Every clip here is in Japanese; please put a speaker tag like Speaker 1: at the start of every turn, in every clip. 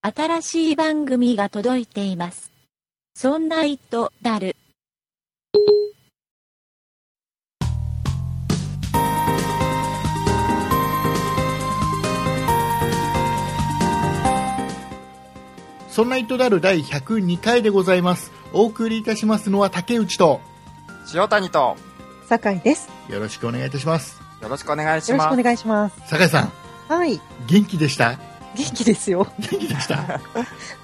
Speaker 1: 新しい番組が届いています。そんな糸だる。
Speaker 2: そんな糸である第102回でございます。お送りいたしますのは竹内と、
Speaker 3: 塩谷と、
Speaker 4: 酒井です。
Speaker 2: よろしくお願いいたします。
Speaker 3: よろしくお願いし
Speaker 4: よろし
Speaker 3: ま
Speaker 4: くお
Speaker 3: す。
Speaker 4: 願いします。
Speaker 2: 酒井さん、
Speaker 4: はい。
Speaker 2: 元気でした
Speaker 4: 元気ですよ。
Speaker 2: 元気でした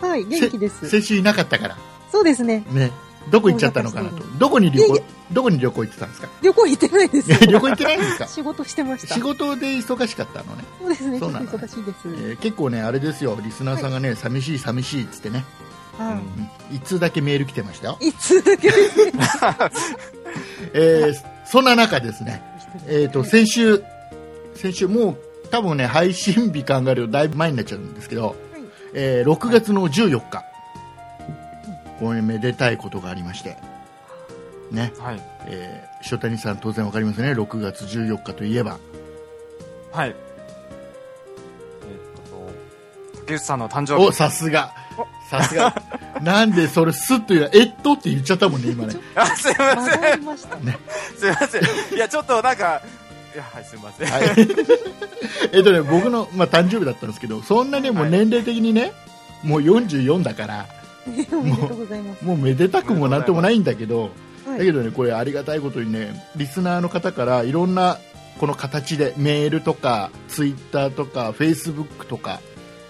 Speaker 4: はい、元気です。
Speaker 2: 先週いなかったから。
Speaker 4: そうですね。
Speaker 2: ね。どこ行っちゃったのかなと。どこに旅
Speaker 4: いやい
Speaker 2: 行
Speaker 4: や、
Speaker 2: どこに旅行行ってたんです か
Speaker 4: 旅行行ってないですよ。
Speaker 2: 旅行行ってないんですか
Speaker 4: 仕事してました。
Speaker 2: 仕事で忙しかったのね。
Speaker 4: そうですね。
Speaker 2: そうなんだ
Speaker 4: 忙しいです。
Speaker 2: えー結構ね、あれですよ、リスナーさんがね、寂しい寂しいっつってね、う
Speaker 4: は
Speaker 2: ん一通だけメール来てましたよ。
Speaker 4: い。いつだけですね。
Speaker 2: えーそんな中ですね、えー、と
Speaker 4: はい
Speaker 2: 先週、先週もう多分ね配信日考えるとだいぶ前になっちゃうんですけど、 えー6月の14日、これめでたいことがありまして、ね
Speaker 3: はい。
Speaker 2: えー塩谷さん、当然わかりますね、6月14日といえば、
Speaker 3: はい。えっと、竹内さんの誕生
Speaker 2: お
Speaker 3: 日。
Speaker 2: さすが、さすが、なんでそれ、すっと言うえっとって言っちゃったもんね、今ね、
Speaker 3: あ、すいま
Speaker 4: 間
Speaker 3: せ
Speaker 4: が
Speaker 3: ん
Speaker 4: あ。りました。
Speaker 3: すいません。いや、ちょっとなんか、いや、はい、すいません。
Speaker 2: はい えっとね僕の、まあ、誕生日だったんですけど、そんなね、もう年齢的にね、もう44だから。
Speaker 4: おめでとうございます。
Speaker 2: もうめでたくもなんともないんだけど、
Speaker 4: はい
Speaker 2: だけどね、これありがたいことにね、リスナーの方からいろんなこの形でメールとか、ツイッターとか、フェイスブックとか、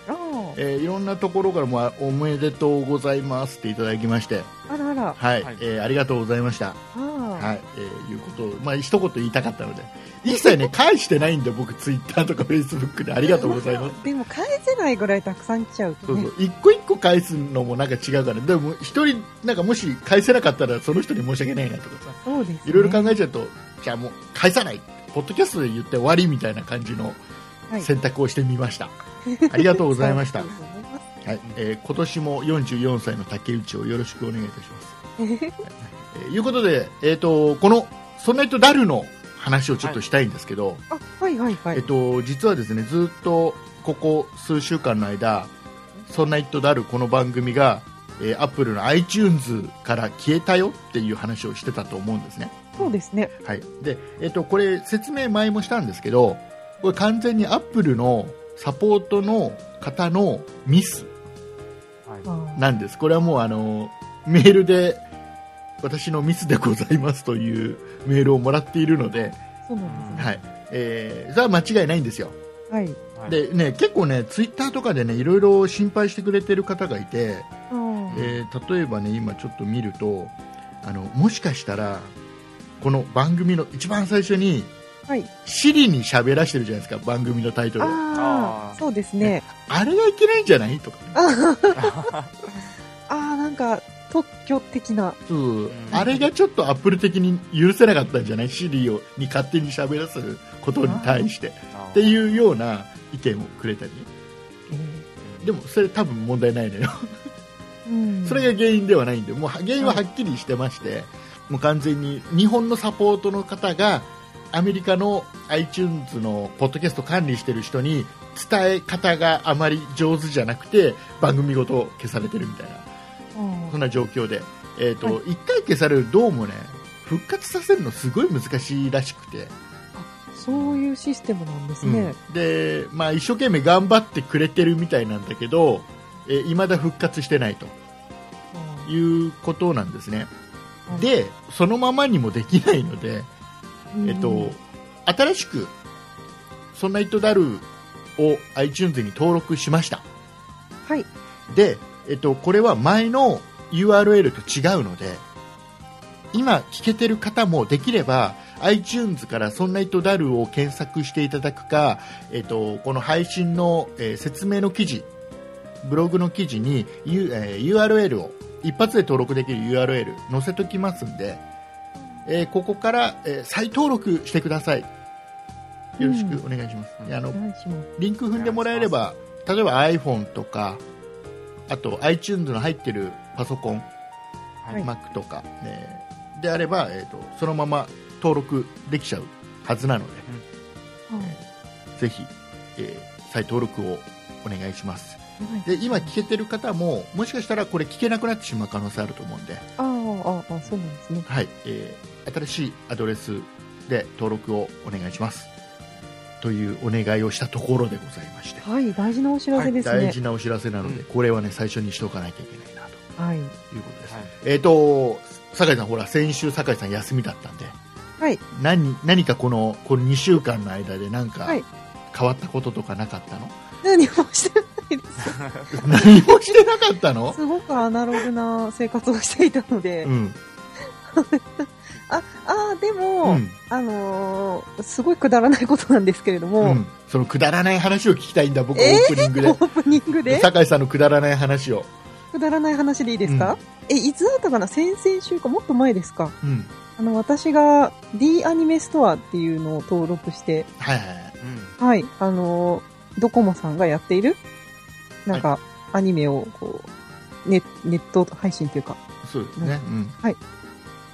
Speaker 4: あー
Speaker 2: えーいろんなところからもあおめでとうございますっていただきまして、
Speaker 4: あらあら。
Speaker 2: はい、
Speaker 3: はい
Speaker 2: えーありがとうございました。
Speaker 4: あ
Speaker 2: はい、えーいうことを、まあ、一言言いたかったので、一切ね、返してないんで、僕、ツイッターとかフェイスブックであ
Speaker 4: あ
Speaker 2: りがとうございます。
Speaker 4: す。でも返せないぐらいたくさん来ちゃう
Speaker 2: そ
Speaker 4: と
Speaker 2: う
Speaker 4: ね
Speaker 2: そ。う一個一個返すのもなんか違うから、でも一人、なんかもし返せなかったらその人に申し訳ないなとかさ、
Speaker 4: そうですね。
Speaker 2: いろいろ考えちゃうと、じゃあもう返さない、ポッドキャストで言って終わりみたいな感じの
Speaker 4: はい
Speaker 2: 選択をしてみました。 ありがとうございました。
Speaker 4: あ
Speaker 2: は
Speaker 4: りがとうございます
Speaker 2: いえー今年も44歳の竹内をよろしくお願いいたします。えーいうことで、えー、とこの「そんな人だる」の話をちょっとしたいんですけど、
Speaker 4: あ、はいはいは
Speaker 2: えっ
Speaker 4: い。
Speaker 2: と、実はですねずっとここ数週間の間「そんな人だる」この番組が、えー、アップルの iTunes から消えたよっていう話をしてたと思うんですね。
Speaker 4: そうですね。
Speaker 2: はいでえっと、これ説明前もしたんですけどこれ完全にアップルのサポートの方のミス
Speaker 3: はい
Speaker 4: あー
Speaker 2: なんですこれはもうあのメールで私のミスでございますというメールをもらっているので、
Speaker 4: そうなんですね。
Speaker 2: はいえー、それは間違いないんですよ
Speaker 4: はい。
Speaker 3: はい
Speaker 2: で、ね、結構ねツイッターとかでねいろいろ心配してくれてる方がいて、
Speaker 4: あー
Speaker 2: えー例えばね今ちょっと見るとあのもしかしたらこの番組の一番最初に
Speaker 4: はい。
Speaker 2: シリに喋らしてるじゃないですか番組のタイトルをあ
Speaker 4: あ
Speaker 3: あ
Speaker 4: あ
Speaker 3: ー
Speaker 4: そうですね
Speaker 2: れがいけないんじゃないとかね
Speaker 4: ああなんか特許的な
Speaker 2: そう
Speaker 3: うん
Speaker 2: あれがちょっとアップル的に許せなかったんじゃないシリをに勝手に喋らせることに対して
Speaker 3: あー
Speaker 2: っていうような意見をくれたりねで
Speaker 3: も、
Speaker 2: もそれ多分問題ないのよ
Speaker 4: うん
Speaker 2: それが原因ではないんで、もうは原因ははっきりしてまして、もう完全に日本のサポートの方が、アメリカの iTunes のポッドキャスト管理してる人に伝え方があまり上手じゃなくて番組ごと消されてるみたいな
Speaker 4: うん
Speaker 2: そんな状況で、えーと
Speaker 4: は
Speaker 2: 1回消されるどうもね復活させるのすごい難しいらしくて、
Speaker 4: そういうシステムなんですね、
Speaker 2: うんでまあ、一生懸命頑張ってくれてるみたいなんだけどいま、えー未だ復活してないと
Speaker 4: うん
Speaker 2: いうことなんですね。
Speaker 4: はい
Speaker 2: でそのままにもできないので、
Speaker 4: うん
Speaker 2: えっと、新しく「そんな糸だる」を iTunes に登録しました
Speaker 4: はい
Speaker 2: で、えっと、これは前の URL と違うので今聞けてる方もできれば iTunes から「そんな糸だる」を検索していただくか、えっと、この配信の、えー説明の記事ブログの記事に、U えー URL を一発で登録できる URL 載せときますんで、えーここから、えー再登録してくださいよろしくお願いします、
Speaker 3: うん
Speaker 2: あの
Speaker 4: お願いします
Speaker 2: リンク踏んでもらえれば例えば iPhone とかあと iTunes の入ってるパソコン、
Speaker 3: はい
Speaker 2: Mac とか、ね、であれば、えー、とそのまま登録できちゃうはずなので
Speaker 4: はい
Speaker 2: ぜひ、えー再登録をお願いしますで今聞けてる方ももしかしたらこれ聞けなくなってしまう可能性あると思うんで、
Speaker 4: ああ、ああ、そうなんですね。
Speaker 2: はいえー新しいアドレスで登録をお願いしますというお願いをしたところでございまして、
Speaker 4: はい、大事なお知らせですね。
Speaker 2: 大事なお知らせなので、
Speaker 3: うん
Speaker 2: これはね最初にしておかなきゃいけないなと
Speaker 4: はい。
Speaker 2: いうことです、
Speaker 3: はい
Speaker 2: えっ、と酒井さんほら先週酒井さん休みだったんで
Speaker 4: はい。
Speaker 2: 何何かこのこの2週間の間で何か
Speaker 4: はい
Speaker 2: 変わったこととかなかったの、
Speaker 4: 何もしてないです。
Speaker 2: 何もしてなかったの
Speaker 4: すごくアナログな生活をしていたので。
Speaker 2: うん、
Speaker 4: あ、ああ、で
Speaker 2: う
Speaker 4: も、
Speaker 2: ん
Speaker 4: あのーすごいくだらないことなんですけれども、
Speaker 2: うんそのくだらない話を聞きたいんだ僕オ
Speaker 4: えー
Speaker 2: ープニング
Speaker 4: オ
Speaker 2: で
Speaker 4: ープニングで
Speaker 2: 酒井さんのくだらない話を、
Speaker 4: くだらない話でいいですか、え、いつだったかな先々週かもっと前ですか
Speaker 2: うん、
Speaker 4: あの、私が D アニメストアっていうのを登録して、
Speaker 2: はいはいはい
Speaker 3: うん
Speaker 4: はい、あのードコモさんがやっている、なんか、アニメを、こう、ネネット配信というか、
Speaker 2: そうですね、うん、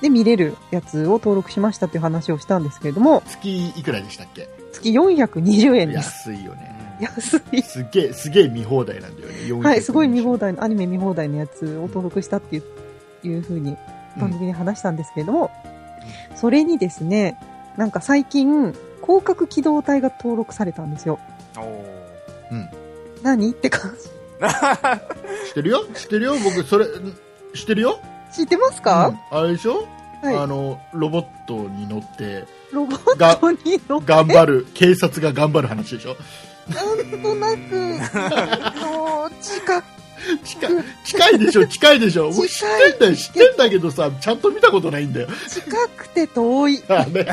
Speaker 4: で見れるやつを登録しましたっていう話をしたんですけれども、
Speaker 2: 月いくらでしたっけ
Speaker 4: 月420円です。
Speaker 2: 安いよね
Speaker 4: 安い。
Speaker 2: すげえすげえ見放題なんだよね400
Speaker 4: はい、すごい見放題の、アニメ見放題のやつを登録したっていう、いうふうに
Speaker 2: うん
Speaker 4: 番組で話したんですけれども、それにですね、なんか最近、広角機動隊が登録されたんですよ。
Speaker 3: おー
Speaker 2: うん、
Speaker 4: 何って感
Speaker 2: 知ってるよ知ってるよ僕それん知ってるよ、
Speaker 4: じ。知ってますか、
Speaker 2: うんあれでしょ、あ
Speaker 4: はい。
Speaker 2: のロボットに乗って
Speaker 4: ロボットに乗って
Speaker 2: 頑張る警察が頑張る話でしょ
Speaker 4: なんとなく、 あの、近く、
Speaker 2: 近い近いでしょ近いでしょもう知
Speaker 4: 近い
Speaker 2: ってんだよ知ってんだけどさちゃんと見たことないんだよ
Speaker 4: 近くて遠い。
Speaker 2: あ れ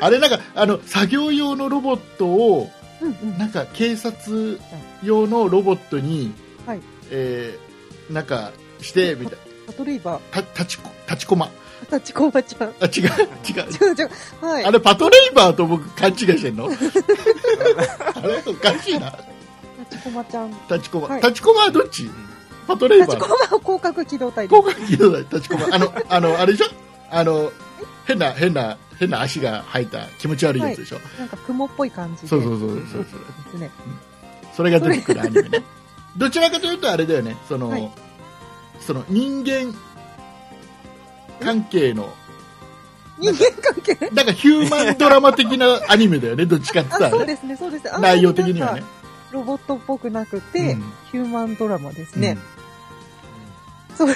Speaker 2: あれなんかあの作業用のロボットを
Speaker 4: うんうん。
Speaker 2: なんか警察用のロボットに、
Speaker 4: はい
Speaker 2: えーなんかしてみたい
Speaker 4: パトレイバー、
Speaker 2: た立ちこ立ちこま
Speaker 4: 二十歳コバちゃん。
Speaker 2: あ違う違う
Speaker 4: 違う違う。はい。
Speaker 2: あれパトレイバーと僕勘違いして んのあれおかしいな
Speaker 4: 立ちこまちゃん。
Speaker 2: 立ちこま、
Speaker 4: はい
Speaker 2: 立ちこまはどっち
Speaker 3: うん
Speaker 2: パトレイバ
Speaker 4: 立ちこ
Speaker 2: ー
Speaker 4: まは広角機動隊です。
Speaker 2: 高架機動隊立ちこまあのあのあれでしょあの変な変な変な足が生えた気持ち悪いやつでしょ、
Speaker 4: なんか雲っぽい感じで。
Speaker 2: そうそうそうそうそう
Speaker 4: ですね。
Speaker 2: それが出てくるアニメねどちらかというとあれだよねその、
Speaker 4: はい
Speaker 2: その人間関係の
Speaker 4: 人間関係
Speaker 2: なんかヒューマンドラマ的なアニメだよねどっちかって言った
Speaker 4: あ、
Speaker 2: らね
Speaker 4: そうですね、そうですね。あんまり
Speaker 2: 内容的にはね
Speaker 4: なんかロボットっぽくなくて、
Speaker 2: うん
Speaker 4: ヒューマンドラマですね。
Speaker 2: う
Speaker 4: そ
Speaker 2: ん
Speaker 4: う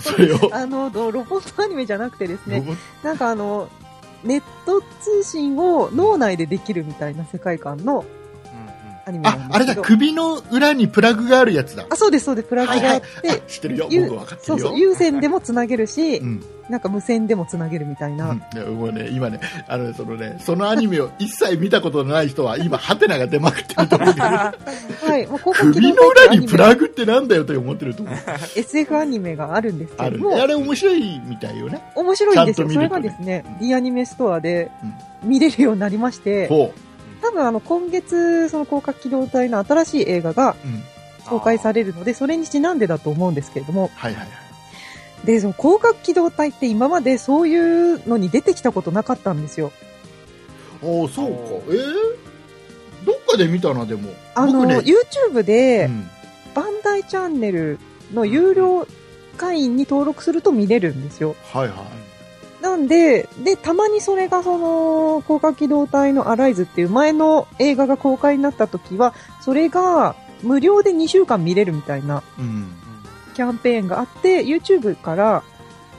Speaker 2: そそれを
Speaker 4: あの、どロボットアニメじゃなくてです
Speaker 2: ロ
Speaker 4: ね、
Speaker 2: ボッ
Speaker 4: なんかあの、ネット通信を脳内でできるみたいな世界観の
Speaker 3: うん
Speaker 4: アニメ
Speaker 2: あ
Speaker 4: なん
Speaker 2: あ
Speaker 4: です
Speaker 2: れ
Speaker 4: け
Speaker 2: だ
Speaker 4: ど。
Speaker 2: 首の裏にプラグがあるやつだ
Speaker 4: あ、そうです、そうです。プラグがあって、
Speaker 2: あ 知ってるよ
Speaker 4: ゆ
Speaker 2: 僕分かって
Speaker 4: そ
Speaker 2: る
Speaker 4: う
Speaker 2: よ
Speaker 4: そう、有線でもつなげるし、
Speaker 2: うん
Speaker 4: なんか無線でもつなげるみたいな。
Speaker 2: うん、もうね、今ね、あのねそのね、そのアニメを一切見たことのない人は、今、ハテナが出まくって ると思うけど、
Speaker 4: はい、もう広角機
Speaker 2: 首
Speaker 4: 動
Speaker 2: の裏
Speaker 4: 隊っていうアニ
Speaker 2: に
Speaker 4: メ
Speaker 2: プラグってなんだよと思ってると思う。
Speaker 4: SF アニメがあるんです
Speaker 2: あ
Speaker 4: けど
Speaker 2: る
Speaker 4: も、
Speaker 2: あれ面白いみたいよね。
Speaker 4: 面白いんですよ。
Speaker 2: ちゃ
Speaker 4: そ
Speaker 2: んと見る
Speaker 4: れが
Speaker 2: とね
Speaker 4: ですね
Speaker 2: うん、
Speaker 4: D アニメストアで見れるようになりまして、
Speaker 2: ほ
Speaker 4: 多分あの今月、その広角機動隊の新しい映画が
Speaker 2: う。うん。
Speaker 4: 公開さ
Speaker 3: れ
Speaker 4: れるので、それにちなんでだと思うんですけれども、
Speaker 2: はいはいはい。
Speaker 4: で、その広角機動隊って今までそういうのに出てきたことなかったんですよ。
Speaker 2: おお、そうか。えー、どっかで見たな、でも。
Speaker 4: あの、
Speaker 2: 僕ね、
Speaker 4: YouTube で、
Speaker 2: うん
Speaker 4: バンダイチャンネルの有料会員に登録すると見れるんですよ。
Speaker 2: はいは。
Speaker 4: なんで、で、たまにそれがその、高架機動隊のアライズっていう前の映画が公開になった時は、それが無料で2週間見れるみたいない
Speaker 2: うん。
Speaker 4: キャンペーンがあって、YouTube から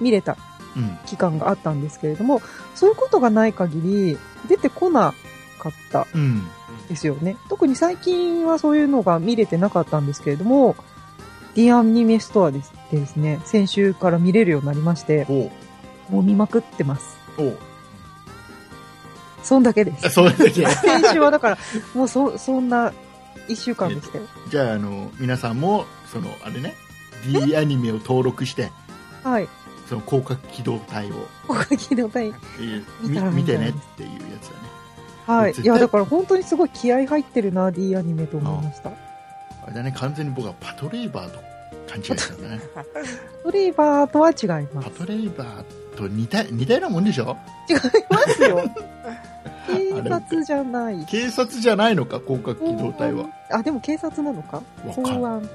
Speaker 4: 見れた
Speaker 2: うん。
Speaker 4: 期間があったんですけれども、そういうことがない限り出てこなかったん
Speaker 2: うん。
Speaker 4: ですよね。特に最近はそういうのが見れてなかったんですけれども、D アニメストアですですね、先週から見れるようになりまして、
Speaker 2: ほ
Speaker 4: もう見まくってます。
Speaker 2: う。おう
Speaker 4: そんだけです
Speaker 2: あ。そうですね。
Speaker 4: 先週はだから、もうそ、そんな一週間でしたよ。
Speaker 2: じゃあ、あの、皆さんも、その、あれね、D アニメを登録して、
Speaker 4: はい。
Speaker 2: その、広角機動隊を、
Speaker 4: おかげではい。
Speaker 2: えー
Speaker 4: 見たらいいんだよ
Speaker 2: み見てねっていうやつだね。
Speaker 4: はい。
Speaker 2: 絶対
Speaker 4: いや、だから本当にすごい気合入ってるな、D アニメと思いました。
Speaker 2: あれだね、完全に僕はパトレイバーと勘違いしたんだね。
Speaker 4: トレイバーとは違いま
Speaker 2: パ
Speaker 4: す。
Speaker 2: トレイバーと似た似たようなもんでしょ
Speaker 4: 違いますよ。警察じゃない。
Speaker 2: 警察じゃないのか、広角機動隊は。
Speaker 4: あ、でも警察なのか
Speaker 2: わかん
Speaker 4: 公安。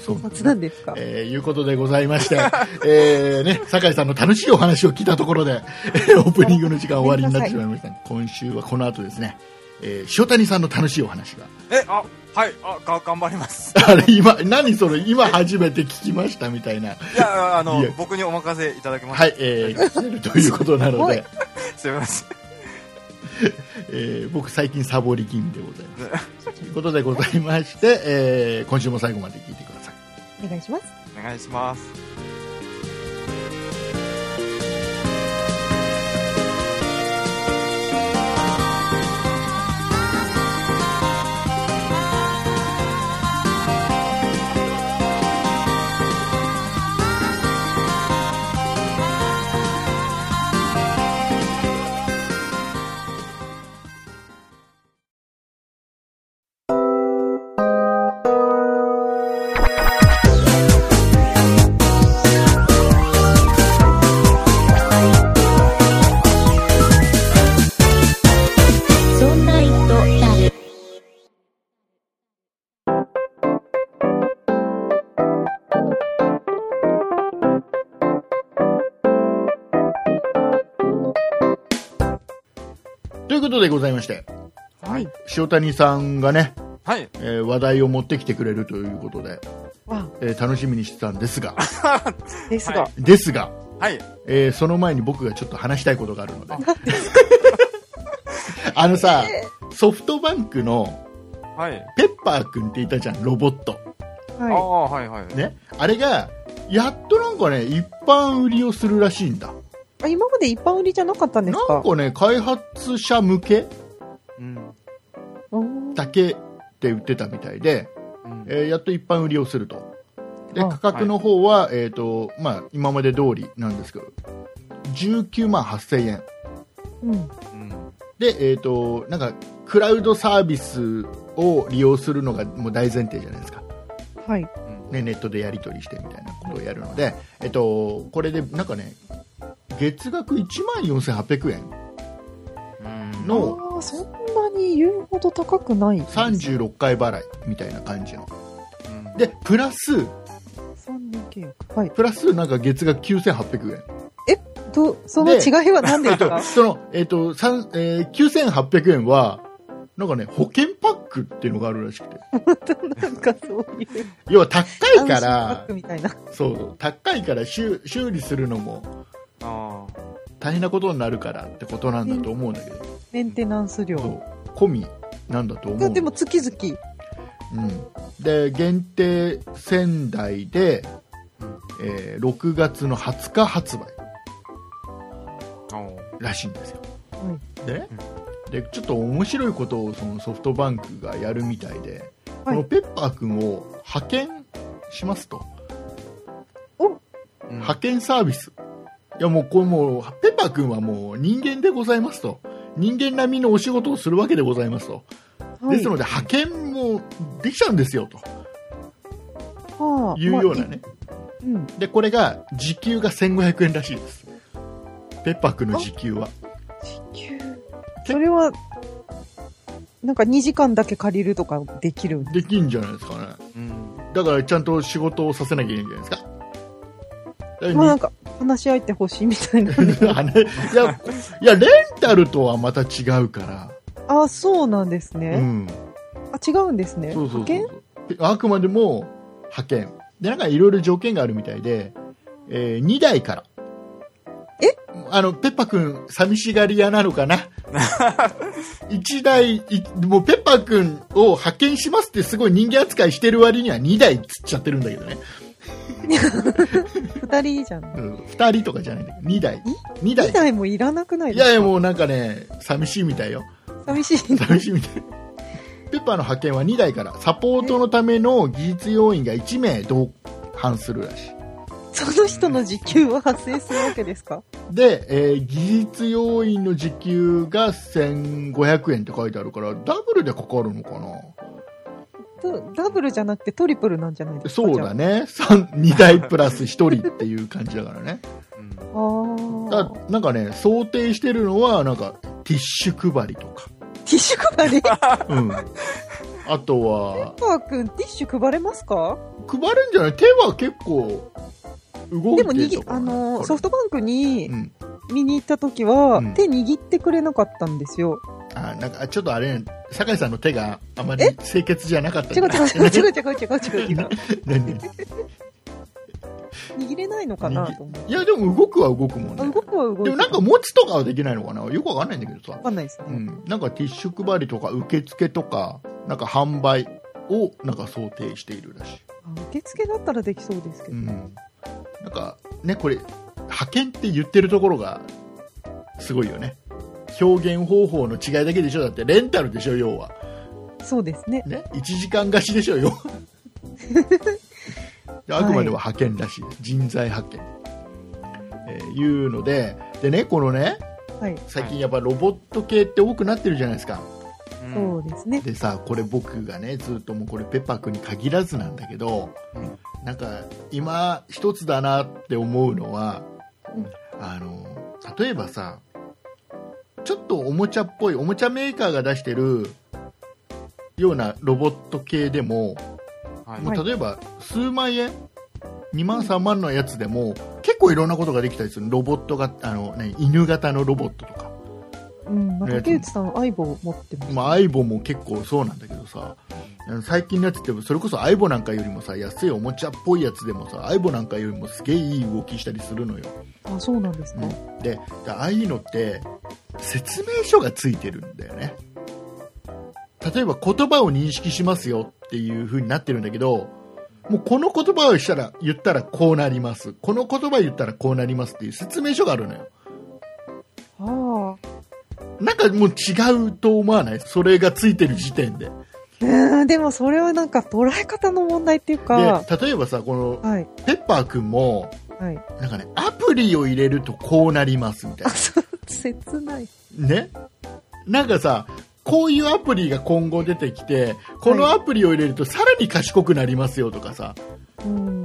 Speaker 2: そう
Speaker 4: 警察なんですか
Speaker 2: えーいうことでございまして、 えーね、酒井さんの楽しいお話を聞いたところで、え ーオープニングの時間終わりになってしまいました。今週はこの後ですね、えー塩谷さんの楽しいお話が。
Speaker 3: え、あ、はい、あ、が頑張ります。
Speaker 2: あれ、今、何それ、今初めて聞きましたみたいな。
Speaker 3: いや、あの
Speaker 2: いや、
Speaker 3: 僕にお任せいただけます。
Speaker 2: はい、えー、聞けるということなので、
Speaker 3: すみません。
Speaker 2: えー僕最近サボり気味でございます。ということでございまして、えー今週も最後まで聞いてください。
Speaker 4: お願いします。
Speaker 3: お願いします。
Speaker 1: そんな糸だる。
Speaker 2: ということでございまして、
Speaker 4: はい。
Speaker 2: 塩谷さんがね、
Speaker 3: はい。
Speaker 2: えー話題を持ってきてくれるということで、
Speaker 4: わ
Speaker 2: えー楽しみにしてたんです が、
Speaker 4: あですが、
Speaker 3: は
Speaker 2: ですが、
Speaker 3: はい。
Speaker 2: えーその前に僕がちょっと話したいことがあるので。あのさ、ソフトバンクの
Speaker 3: はい。
Speaker 2: ペッパーくんっていたじゃん、ロボット。
Speaker 3: あ
Speaker 4: は
Speaker 3: あ、はいはい。
Speaker 2: ね。あれが、やっとなんかね、一般売りをするらしいんだ。
Speaker 4: い。あ、今まで一般売りじゃなかったんです
Speaker 2: な
Speaker 4: か
Speaker 2: んかね、開発者向け
Speaker 3: うん。
Speaker 4: うん
Speaker 2: だけって売ってたみたいで、
Speaker 3: うん
Speaker 2: えーやっと一般売りをすると。で、
Speaker 4: あ
Speaker 2: 価格の方は、えっ、と、まあ、今まで通りなんですけど、19万8000円。
Speaker 4: うん。
Speaker 3: うん。
Speaker 2: で、えっ、と、なんか、クラウドサービスを利用するのがもう大前提じゃないですか。
Speaker 4: はい。
Speaker 2: ね、ネットでやり取りしてみたいなことをやるので、えっ、と、これで、なんかね、月額1万4800円。
Speaker 3: うん
Speaker 2: の
Speaker 4: ああ、そんなに言うほど高くない。
Speaker 2: 36回払いみたいな感じの。
Speaker 3: うん
Speaker 2: で、プラス、
Speaker 4: 三年契約。はい。
Speaker 2: プラスなんか月額9800円。
Speaker 4: と、その違いは何で
Speaker 2: え
Speaker 4: す
Speaker 2: っと、
Speaker 4: か
Speaker 2: その、えっ、と、三えー、9800円は、なんかね、保険パックっていうのがあるらしくて。
Speaker 4: なんかそういう。
Speaker 2: 要は高いか
Speaker 4: 安心パッ
Speaker 2: ら
Speaker 4: ク、みたいな。
Speaker 2: そう、高いから修修理するのも
Speaker 3: あ
Speaker 2: 大変なことになるからってことなんだと思うんだけど、
Speaker 4: メンテナンス料。
Speaker 2: そう込みなんだと思う
Speaker 4: ででも月々。
Speaker 2: うん、で限定仙台で、えー6月の20日発売
Speaker 3: ーおう
Speaker 2: らしいんですよ
Speaker 4: はい。
Speaker 2: で,、ねでちょっと面白いことをそのソフトバンクがやるみたいで、このペッパーくんを派遣しますと
Speaker 3: うん
Speaker 2: 派遣サービスいやもうこれもうペッパーくんはもう人間でございますと人間並みのお仕事をするわけでございますと
Speaker 4: はい
Speaker 2: ですので派遣もできちゃうんですよと
Speaker 4: はあ
Speaker 2: いうような
Speaker 4: まあ
Speaker 2: ね、
Speaker 4: いうん。
Speaker 2: でこれが時給が1500円らしいですペッパーくんの時給は
Speaker 4: 時給。それは、なんか2時間だけ借りるとかできるん
Speaker 2: できんじゃないですかね
Speaker 3: うん。
Speaker 2: だからちゃんと仕事をさせなきゃいけないんじゃない ですかだ
Speaker 4: まあなん
Speaker 2: か
Speaker 4: か話し合えてほしいみたい な。
Speaker 2: らにいやいやレンタルとはまた違うか
Speaker 4: あ、そうなんです
Speaker 2: ら、う
Speaker 4: ね。
Speaker 2: ん、
Speaker 4: あ、違うんですね。
Speaker 2: そうそう
Speaker 4: 派
Speaker 2: そう
Speaker 4: 遣
Speaker 2: そうあくまでも派遣でなんかいろいろ条件があるみたいで、え2台から
Speaker 4: え
Speaker 2: あのペッパくん寂しがり屋なの かな一台いもうペッパくんを派遣しますってすごい人間扱いしてる割には2台つっちゃってるんだけどね、
Speaker 4: 二人じゃん。
Speaker 2: うん、2人とかじゃないんだけど2台2台
Speaker 4: 二台もいらなくない
Speaker 2: い
Speaker 4: で
Speaker 2: やい
Speaker 4: す
Speaker 2: や
Speaker 4: か
Speaker 2: もうなんかね寂しいみたいよ
Speaker 4: 寂しい。
Speaker 2: 寂しいみたいペッパーの派遣は2台からサポートのための技術要員が1名同伴するらしい
Speaker 4: その人の時給は発生するわけですか
Speaker 2: で、えー技術要員の時給が1500円って書いてあるからダブルでかかるのかな
Speaker 4: とダブルじゃなくてトリプルなんじゃないですか
Speaker 2: そうだ。ね2台プラス1人っていう感じだからね
Speaker 3: うん
Speaker 4: じゃああ
Speaker 2: だ
Speaker 4: あ。
Speaker 2: なんかね想定してるのはなんかティッシュ配りとか、
Speaker 4: ティッシュ配り
Speaker 2: うん、あとは
Speaker 4: パー君、ティッシュ配れますか
Speaker 2: 配るんじゃない手は結構動いて
Speaker 4: で
Speaker 2: る
Speaker 4: もにぎ
Speaker 2: と、か
Speaker 4: あ
Speaker 2: こ
Speaker 4: の、
Speaker 2: れ
Speaker 4: ソフトバンクに
Speaker 2: うん、
Speaker 4: 見に行った時は、
Speaker 2: うん
Speaker 4: 手握ってくれなかったんですよ。
Speaker 2: あなんかちょっとあれね酒井さんの手があまり清潔じゃなかった
Speaker 4: 違う違う違う違う違う違う違う違う。
Speaker 2: 何々
Speaker 4: 握れないのかなと思う。
Speaker 2: いやでも動くは動くもん
Speaker 4: あ
Speaker 2: ね
Speaker 4: 動くは動いて
Speaker 2: でもなんか持つとかはできないのかなよくわかんないんだけどさ
Speaker 4: わ、かんないです
Speaker 2: う
Speaker 4: ね。
Speaker 2: ん、なんかティッシュ配りとか受付とかなんか販売をなんか想定しているらしい、
Speaker 4: あ受付だったらできそうですけ
Speaker 2: う
Speaker 4: ど。
Speaker 2: ん、なんかねこれ派遣って言ってるところがすごいよね表現方法の違いだけでしょだってレンタルでしょ要は
Speaker 4: そうですね。
Speaker 2: ね1時間貸しでしょ要 はであくまでは派遣らしい、人材派遣えーいうのででねこのね
Speaker 4: はい。
Speaker 2: 最近やっぱロボット系って多くなってるじゃないですか
Speaker 3: うん
Speaker 4: そうですね。
Speaker 2: でさこれ僕がねずっともうこれペッパーくんに限らずなんだけど、なんか今一つだなって思うのは、
Speaker 4: うん
Speaker 2: あの例えばさちょっとおもちゃっぽいおもちゃメーカーが出してるようなロボット系でも,、
Speaker 3: は
Speaker 2: も
Speaker 3: い。、
Speaker 2: う例えば数万円2万3万のやつでも結構いろんなことができたりするロボットがあの、ね、犬型のロボットとか、
Speaker 4: うん。まあ竹内さん、相棒持ってます。
Speaker 2: まあ、アイボも結構そうなんだけどさ最近のやつってそれこそアイボなんかよりもさ安いおもちゃっぽいやつでもさアイボなんかよりもすげえいい動きしたりするのよ、
Speaker 4: あ、そうなんです
Speaker 2: う
Speaker 4: か。
Speaker 2: ん、ででああいうのって説明書がついてるんだよね例えば言葉を認識しますよっていう風になってるんだけどもうこの言葉をしたら言ったらこうなりますこの言葉言ったらこうなりますっていう説明書があるのよ
Speaker 4: あ
Speaker 2: なんかもう違うと思わないそれがついてる時点で
Speaker 4: あ。うん、でもそれはなんか捉え方の問題っていうか、
Speaker 2: で例えばさこの
Speaker 4: はい。
Speaker 2: ペッパーくんも
Speaker 4: はい。
Speaker 2: なんかねアプリを入れるとこうなりますみた
Speaker 4: あ、
Speaker 2: い
Speaker 4: そう、切ない。
Speaker 2: なねなんかさこういうアプリが今後出てきてこのアプリを入れるとさらに賢くなりますよとかさ
Speaker 4: うん。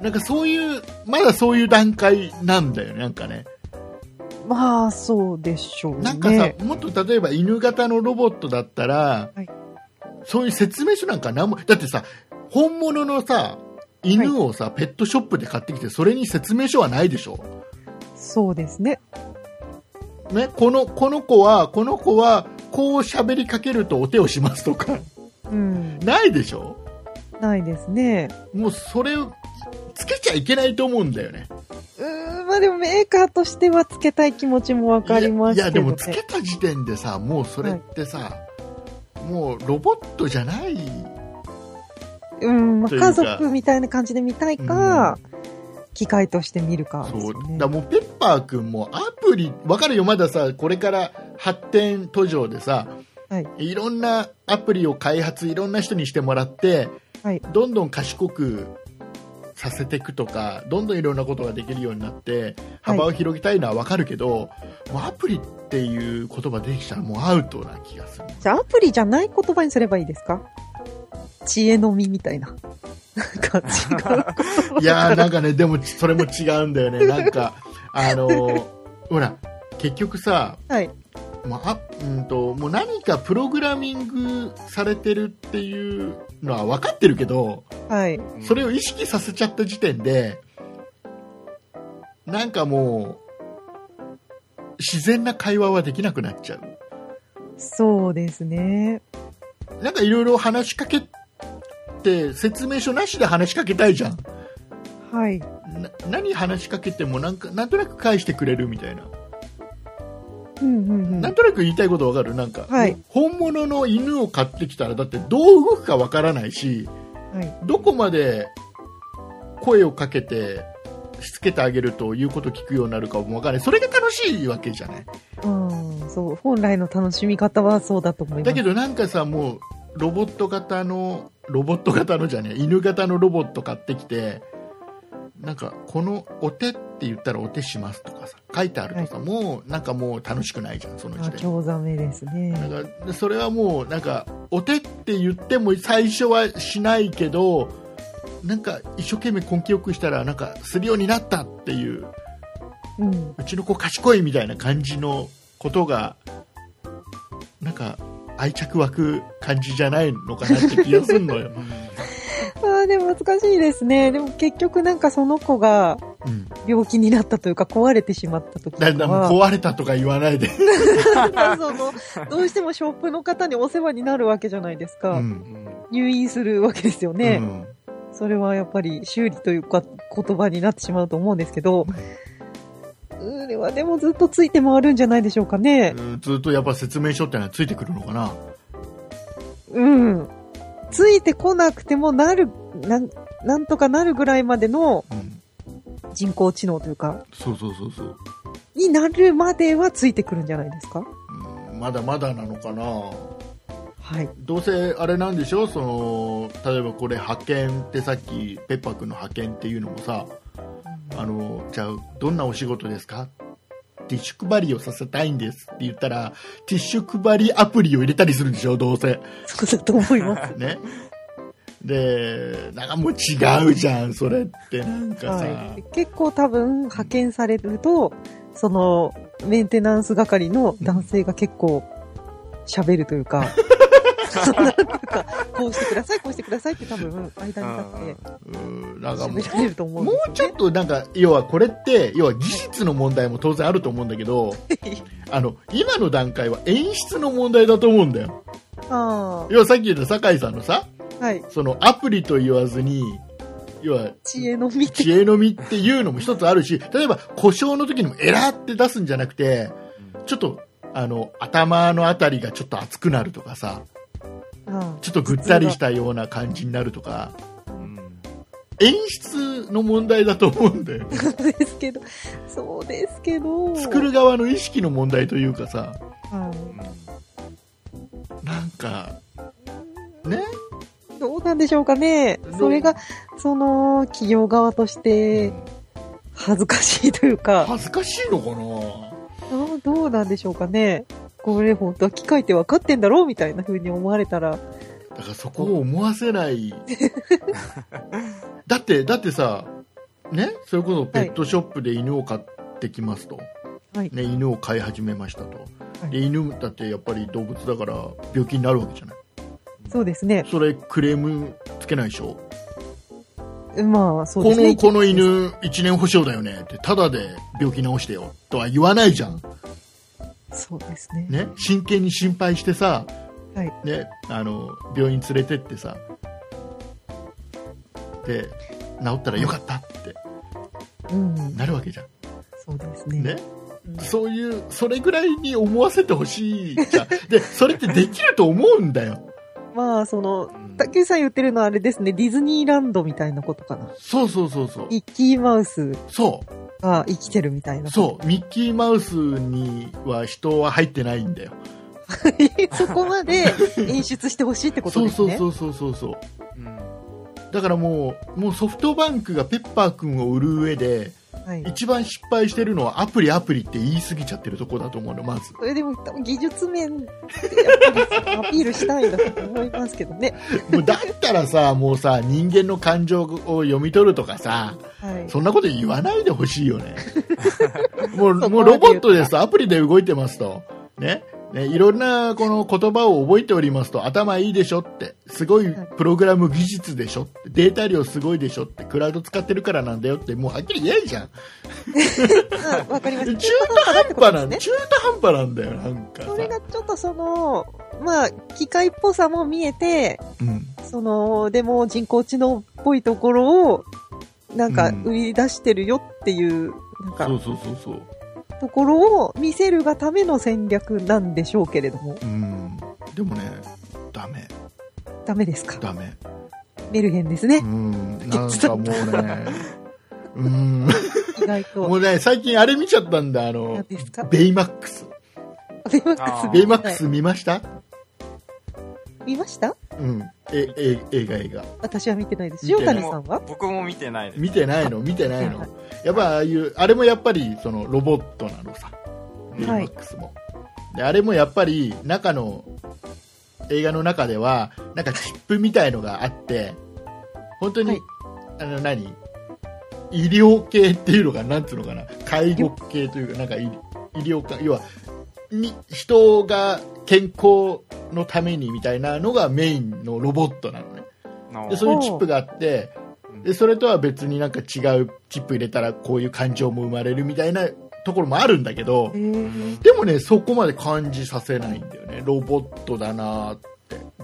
Speaker 2: なんかそういうまだそういう段階なんだよねなんかね
Speaker 4: まあ、そうでしょうね。
Speaker 2: なんかさ、もっと例えば犬型のロボットだったら、
Speaker 4: はい
Speaker 2: そういう説明書なんか何もだってさ本物のさ犬をさ、ペットショップで買ってきてそれに説明書はないでしょ
Speaker 4: そうですね。
Speaker 2: ね、このこの子はこの子はこう喋りかけるとお手をしますとか
Speaker 4: うん。
Speaker 2: ないでしょ
Speaker 4: ないですね。
Speaker 2: もうそれをつけちゃいけないと思うんだよね
Speaker 4: うーん、まあでもメーカーとしてはつけたい気持ちもわかります
Speaker 2: いやいや
Speaker 4: け
Speaker 2: で
Speaker 4: ど
Speaker 2: も
Speaker 4: ね。
Speaker 2: つけた時点でさもうそれってさ、もうロボットじゃない
Speaker 4: うん、まあ
Speaker 2: というか
Speaker 4: 家族みたいな感じで見たいか、機械として見るかです
Speaker 2: そう
Speaker 4: よね。
Speaker 2: だもうペッパーくんもアプリわかるよまださこれから発展途上でさ、
Speaker 4: はい
Speaker 2: い、ろんなアプリを開発いろんな人にしてもらって、
Speaker 4: はい
Speaker 2: どんどん賢くさせていくとかどんどんいろんなことができるようになって幅を広げたいのはわかるけど、もうアプリっていう言葉出てきたらもうアウトな気が する
Speaker 4: じゃあアプリじゃない言葉にすればいいですか知恵の実みたいな。なんか 違う。
Speaker 2: いやーなんかねでもそれも違うんだよねなんかあのーほら結局さ
Speaker 4: はい。
Speaker 2: まあ、うんともう何かプログラミングされてるっていうのは分かってるけど
Speaker 4: はい。
Speaker 2: それを意識させちゃった時点でなんかもう自然な会話はできなくなっちゃう
Speaker 4: そうですね。
Speaker 2: なんかいろいろ話しかけて説明書なしで話しかけたいじゃん
Speaker 4: はい。
Speaker 2: な何話しかけてもなんかなんとなく返してくれるみたいな
Speaker 4: うんうんう
Speaker 2: なん
Speaker 4: ん。
Speaker 2: となく言いたいことわかるなんか、
Speaker 4: はい
Speaker 2: 本物の犬を買ってきたらだってどう動くかわからないし
Speaker 4: はい。
Speaker 2: どこまで声をかけてしつけてあげるということを聞くようになるかもわからないそれが楽しいわけじゃない
Speaker 4: うん、そう。本来の楽しみ方はそうだと思います。
Speaker 2: だけどなんかさもうロボット型のロボット型のじゃねえ犬型のロボット買ってきてなんかこのお手って言ったらお手しますとかさ書いてあるとさ、もうなんかもう楽しくないじゃんその時
Speaker 4: あ、
Speaker 2: 点で
Speaker 4: 興ざめです
Speaker 2: な
Speaker 4: ね。
Speaker 2: んかでそれはもうなんかお手って言っても最初はしないけどなんか一生懸命根気よくしたらなんかするようになったっていう
Speaker 4: うん。
Speaker 2: うちの子賢いみたいな感じのことがなんか愛着湧く感じじゃないのかなって気がすんのよ
Speaker 3: うん
Speaker 4: ああ、でも難しいですね。でも結局なんかその子が
Speaker 2: うん、
Speaker 4: 病気になったというか壊れてしまった時とか
Speaker 2: だんだん
Speaker 4: は
Speaker 2: 壊れたとか言わないで、
Speaker 4: なんかその、どうしてもショップの方にお世話になるわけじゃないですか。
Speaker 2: うん
Speaker 4: 入院するわけですよ
Speaker 2: う
Speaker 4: ね。
Speaker 2: ん
Speaker 4: それはやっぱり修理というか言葉になってしまうと思うんですけど、それはでもずっとついて回るんじゃないでしょうかね。
Speaker 2: うんずっとやっぱ説明書ってのはついてくるのかな
Speaker 4: うん。ついてこなくてもなる、なん、なんとかなるぐらいまでの
Speaker 2: うん
Speaker 4: 人工知能というか、
Speaker 2: そうそうそうそう、
Speaker 4: になるまではついてくるんじゃないですか。
Speaker 2: うん、まだまだなのかな
Speaker 4: はい。
Speaker 2: どうせあれなんでしょその例えばこれ派遣ってさっきペッパー君の派遣っていうのもさあのじゃあどんなお仕事ですかティッシュ配りをさせたいんですって言ったらティッシュ配りアプリを入れたりするんでしょどうせ
Speaker 4: そうだと思います。
Speaker 2: ねでなんかもう違うじゃんそれってなんかさ、
Speaker 4: はい、結構多分派遣されると、そのメンテナンス係の男性が結構喋るとい うか、そうなんていうか、こうしてください、こうしてくださいって多分間に立って
Speaker 2: うんなんかもう
Speaker 4: 喋られると思うん
Speaker 2: もうちょっとなんか要はこれって要は技術の問題も当然あると思うんだけ ど
Speaker 4: です。
Speaker 2: あの今の段階は演出の問題だと思うんだよ
Speaker 4: あ
Speaker 2: 要はさっき言った酒井さんのさ
Speaker 4: あ、はい。
Speaker 2: そのアプリと言わずに要は
Speaker 4: 知恵の見て、
Speaker 2: 知恵の実っていうのも一つあるし例えば故障の時にもエラーって出すんじゃなくてちょっとあの頭のあたりがちょっと熱くなるとかさ
Speaker 4: あ
Speaker 2: ちょっとぐったりしたような感じになるとか
Speaker 3: うん
Speaker 2: 演出の問題だと思うんだよ
Speaker 4: あですけど、そうですけど、
Speaker 2: 作る側の意識の問題というかさ
Speaker 4: あ
Speaker 2: なんかね
Speaker 4: あどうなんでしょうかね
Speaker 2: ど。う
Speaker 4: それが、その、企業側として恥ずかしいというか、
Speaker 2: 恥ずかしいのか
Speaker 4: どうどうなんでしょうかね。これ本当は機械って分かってんだろうみたいな風に思われたら。
Speaker 2: なだからそこを思わせない だってだってさねそれこそペットショップで犬を飼ってきますと、
Speaker 4: はい。
Speaker 2: ね、犬を飼い始めましたと
Speaker 4: はい
Speaker 2: で犬だってやっぱり動物だから病気になるわけじゃない
Speaker 4: そうですね。
Speaker 2: それクレームつけないでしょ
Speaker 4: まあ、そうで
Speaker 2: こ
Speaker 4: すね。
Speaker 2: のこの犬1年保証だよねってただで病気治してよとは言わないじゃん
Speaker 4: そうですね。
Speaker 2: ね、真剣に心配してさ、
Speaker 4: はい
Speaker 2: ね、あの病院連れてってさで治ったらよかったって
Speaker 4: うん。
Speaker 2: なるわけじゃん、
Speaker 4: そうですね。
Speaker 2: ね、
Speaker 4: うん
Speaker 2: そういうそれぐらいに思わせてほしい じゃんでそれってできると思うんだよ
Speaker 4: まあ、その、
Speaker 3: うん
Speaker 4: 竹内さん言ってるのはあれですね。ディズニーランドみたいなことかな。
Speaker 2: そうそうそうそう
Speaker 4: ミッキーマウス
Speaker 2: そう
Speaker 4: が生きてるみたいな。
Speaker 2: そうミッキーマウスには人は入ってないんだよ
Speaker 4: う。 そこまで演出してほしいってこと
Speaker 2: そう
Speaker 4: です
Speaker 2: そう
Speaker 4: ね。
Speaker 2: そうそうそうそう
Speaker 3: うん
Speaker 2: だからもうもうソフトバンクがペッパー君を売る上で
Speaker 4: はい。
Speaker 2: 一番失敗してるのはアプリアプリって言い過ぎちゃってるとこだと思うのまず
Speaker 4: それでも多分技術面でやっぱりアピールしたいんだと思いますけどね。
Speaker 2: もうだったらさ もうさ人間の感情を読み取るとかさ
Speaker 4: はい。
Speaker 2: そんなこと言わないでほしいよ ねもう
Speaker 4: そこまで言う
Speaker 2: もうロボットですアプリで動いてますとねね、いろんなこの言葉を覚えておりますと頭いいでしょってすごいプログラム技術でしょってデータ量すごいでしょってクラウド使ってるからなんだよってもうはっきり言えん じゃん
Speaker 4: あわかりま
Speaker 2: 中
Speaker 4: した。
Speaker 2: 途半端な
Speaker 4: っ
Speaker 2: ん、
Speaker 4: てことですね
Speaker 2: 中途半端なんだよなんかさ
Speaker 4: それがちょっとその、まあ、機械っぽさも見えて、
Speaker 2: うん
Speaker 4: その、でも人工知能っぽいところを、なんか
Speaker 2: うん
Speaker 4: 売り出してるよっていう、なん
Speaker 2: そう
Speaker 4: か、
Speaker 2: そうそうそう
Speaker 4: ところを見せるがための戦略なんでしょうけれども、
Speaker 2: うんでもねダメ
Speaker 4: ダメですか
Speaker 2: ダメ
Speaker 4: メルヘンです
Speaker 2: う
Speaker 4: ね、
Speaker 2: んなんかもうねうん
Speaker 4: 意外
Speaker 2: も
Speaker 4: と。
Speaker 2: うね最近あれ見ちゃったんだあ
Speaker 4: 何
Speaker 2: の
Speaker 4: ですか
Speaker 2: ベイマックス
Speaker 4: ベイマック
Speaker 3: あ
Speaker 4: ス
Speaker 3: ー
Speaker 2: ベイマックス見ました、
Speaker 4: 見ました
Speaker 2: うんええ映画映画
Speaker 4: 私は見てないです。
Speaker 2: 見て
Speaker 4: 塩
Speaker 2: ない
Speaker 4: 谷さんは
Speaker 3: 僕も見てないです
Speaker 2: 見てないの見てないのやっぱああいうあれもやっぱりそのロボットなのさベイマックスも、であれもやっぱり中の映画の中ではなんか切符みたいのがあって本当に、
Speaker 4: はい
Speaker 2: あの何医療系っていうのがなんつうのかな介護系というかなんか医医療か要はに人が健康のためにみたいなのがメインのロボットなのね
Speaker 3: の
Speaker 2: でそういうチップがあってでそれとは別になんか違うチップ入れたらこういう感情も生まれるみたいなところもあるんだけど
Speaker 4: えー、
Speaker 2: でもねそこまで感じさせないんだよねロボットだなーって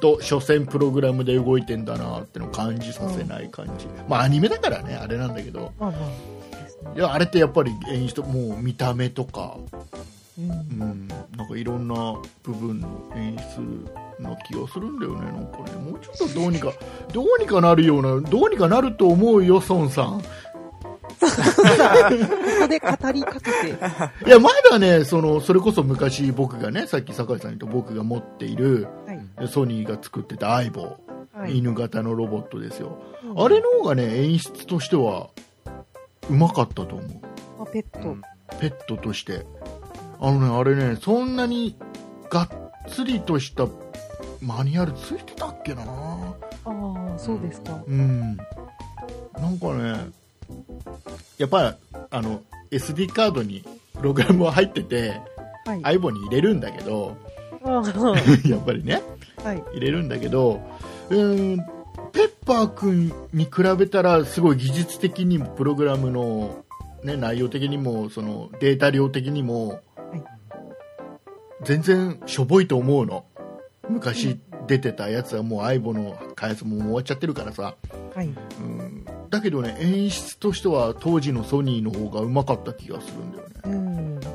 Speaker 2: と所詮プログラムで動いてんだなーってのを感じさせない感じ、まあアニメだからねあれなんだけど
Speaker 4: まあまあですね
Speaker 2: いやあれってやっぱり演出もう見た目とか
Speaker 4: うん
Speaker 2: うん、なんかいろんな部分の演出な気がするんだよね、なんかね、もうちょっとどうに か、どうにかなるような、どうにかなると思うよ、孫さん。
Speaker 4: ここで語りかけて、
Speaker 2: いや、まだね、その、それこそ昔僕がね、さっき酒井さんと僕が持っている、
Speaker 4: はい
Speaker 2: ソニーが作ってた相棒、
Speaker 4: はい、
Speaker 2: 犬型のロボットですよ。
Speaker 4: うん
Speaker 2: あれの方がね、演出としては、うまかったと思う。
Speaker 4: あペット、
Speaker 2: ペットとしてあのねあれねそんなにがっつりとしたマニュアルついてたっけな
Speaker 4: ああそうですか、
Speaker 2: うんなんかねやっぱあの SD カードにプログラムは入ってて
Speaker 4: はい、
Speaker 2: 相棒に入れるんだけど
Speaker 4: あー
Speaker 2: やっぱりね
Speaker 4: はい、
Speaker 2: 入れるんだけどうーんペッパーくんに比べたらすごい技術的にもプログラムの、ね、内容的にもそのデータ量的にも、
Speaker 4: い
Speaker 2: 全然しょぼいと思うの昔出てたやつはもう AIBO の開発も終わっちゃってるからさ
Speaker 4: はい、
Speaker 2: うんだけどね演出としては当時のソニーの方がうまかった気がするんだよね
Speaker 4: うん、
Speaker 2: で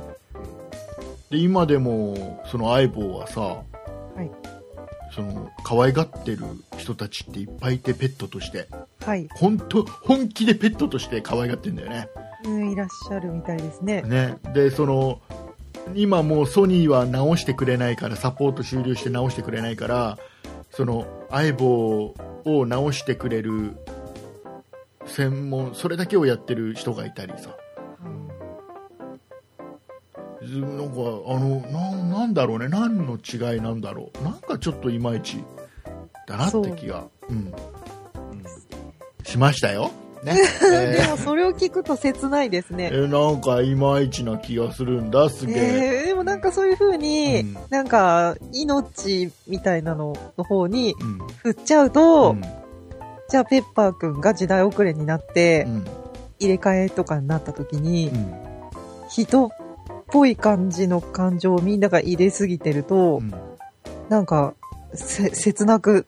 Speaker 2: 今でもその相棒はさ、
Speaker 4: い
Speaker 2: その可愛がってる人たちっていっぱいいてペットとして
Speaker 4: はい、
Speaker 2: 本当本気でペットとして可愛がってんだよね
Speaker 4: うん、いらっしゃるみたいですね。
Speaker 2: ねでその今もうソニーは直してくれないからサポート終了して直してくれないからその相棒を直してくれる専門それだけをやってる人がいたりさずなんかあのなんなんだろうね何の違いなんだろうなんかちょっといまいちだなっ
Speaker 4: そ
Speaker 2: て
Speaker 4: う
Speaker 2: 気が、うん、
Speaker 3: う
Speaker 2: しましたよ、 ね
Speaker 4: で
Speaker 2: え
Speaker 4: もそれを聞くと切ないです
Speaker 2: ーえ
Speaker 4: ね。
Speaker 2: ーなんかいまいちな気がするんだすげえ
Speaker 4: えー、でもなんかそういう風に、
Speaker 2: うん
Speaker 4: なんか命みたいなのの方に
Speaker 2: うん
Speaker 4: 振っちゃうと、
Speaker 2: うん
Speaker 4: じゃあペッパーくんが時代遅れになって
Speaker 2: う、ん
Speaker 4: 入れ替えとかになった時に、
Speaker 2: うん
Speaker 4: 人っぽい感じの感情をみんなが入れすぎてると、
Speaker 2: うん
Speaker 4: なんか、せ、切なく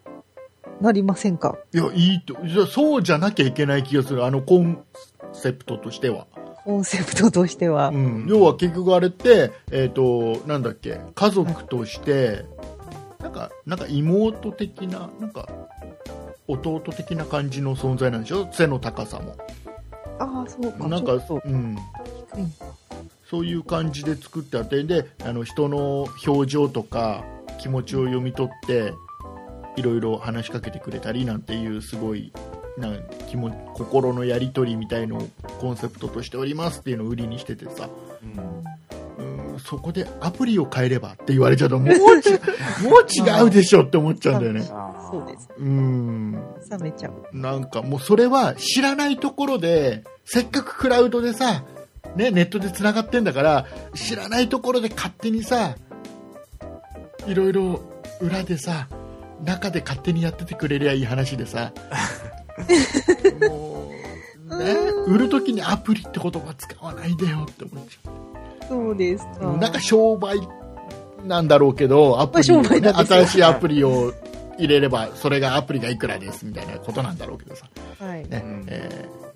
Speaker 4: なりませんか
Speaker 2: いやいいとじゃあそうじゃなきゃいけない気がするあのコンセプトとしては、
Speaker 4: コンセプトとしては。
Speaker 2: うん、要は結局あれって、えっとなんだっけ家族としてなんかなんか妹的ななんか弟的な感じの存在なんでしょ背の高さも
Speaker 4: ああ、そうか。
Speaker 2: なん
Speaker 4: ちょ
Speaker 2: か
Speaker 4: っと
Speaker 2: うん、
Speaker 4: 低いん
Speaker 2: そういう感じで作ってあってであの人の表情とか気持ちを読み取っていろいろ話しかけてくれたりなんていうすごいなんか気も心のやり取りみたいのをコンセプトとしておりますっていうのを売りにしててさ
Speaker 3: ん
Speaker 2: うんそこでアプリを変えればって言われちゃうともう ちもう違うでしょって思っちゃうんだよね。
Speaker 3: あー
Speaker 4: そうです。
Speaker 2: うん
Speaker 4: 冷めちゃう。
Speaker 2: なんかもうそれは知らないところでせっかくクラウドでさ、ね、ネットでつながってんだから知らないところで勝手にさいろいろ裏でさ中で勝手にやっててくれりゃいい話でさもう、ね、
Speaker 4: うーん
Speaker 2: 売るときにアプリって言葉使わないでよって思っちゃ
Speaker 4: そうですか。
Speaker 2: うなんか商売なんだろうけどアプリ、
Speaker 4: まあ商売
Speaker 2: ね、
Speaker 4: なんですよ
Speaker 2: 新しいアプリを入れればそれがアプリがいくらですみたいなことなんだろうけどさ
Speaker 4: はい。
Speaker 2: ね
Speaker 3: うん
Speaker 2: えー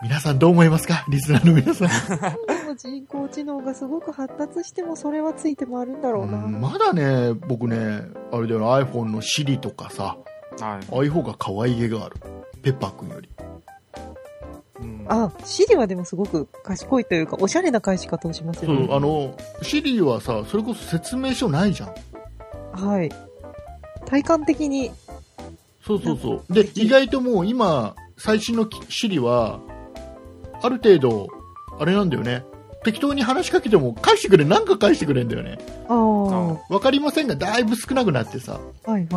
Speaker 2: 皆さんどう思いますかリスナーの皆さん
Speaker 4: でも人工知能がすごく発達してもそれはついて回るんだろうな。
Speaker 2: うんまだね僕ねあれだよな iPhone の Siri とかさ
Speaker 3: はい
Speaker 2: ああいう方が可愛げがあるペッパーくんより
Speaker 3: うん
Speaker 4: あ、シリはでもすごく賢いというか、おしゃれな返し方をします
Speaker 2: そ
Speaker 4: よ
Speaker 2: う、
Speaker 4: ね。
Speaker 2: あの Siri はさそれこそ説明書ないじゃん
Speaker 4: はい。体感的に、
Speaker 2: そうそうそうで意外ともう今最新の Siri はある程度あれなんだよね適当に話しかけても返してくれなんか返してくれんだよね
Speaker 4: ああ、は
Speaker 2: わかりませんがだいぶ少なくなってさ
Speaker 4: いはい。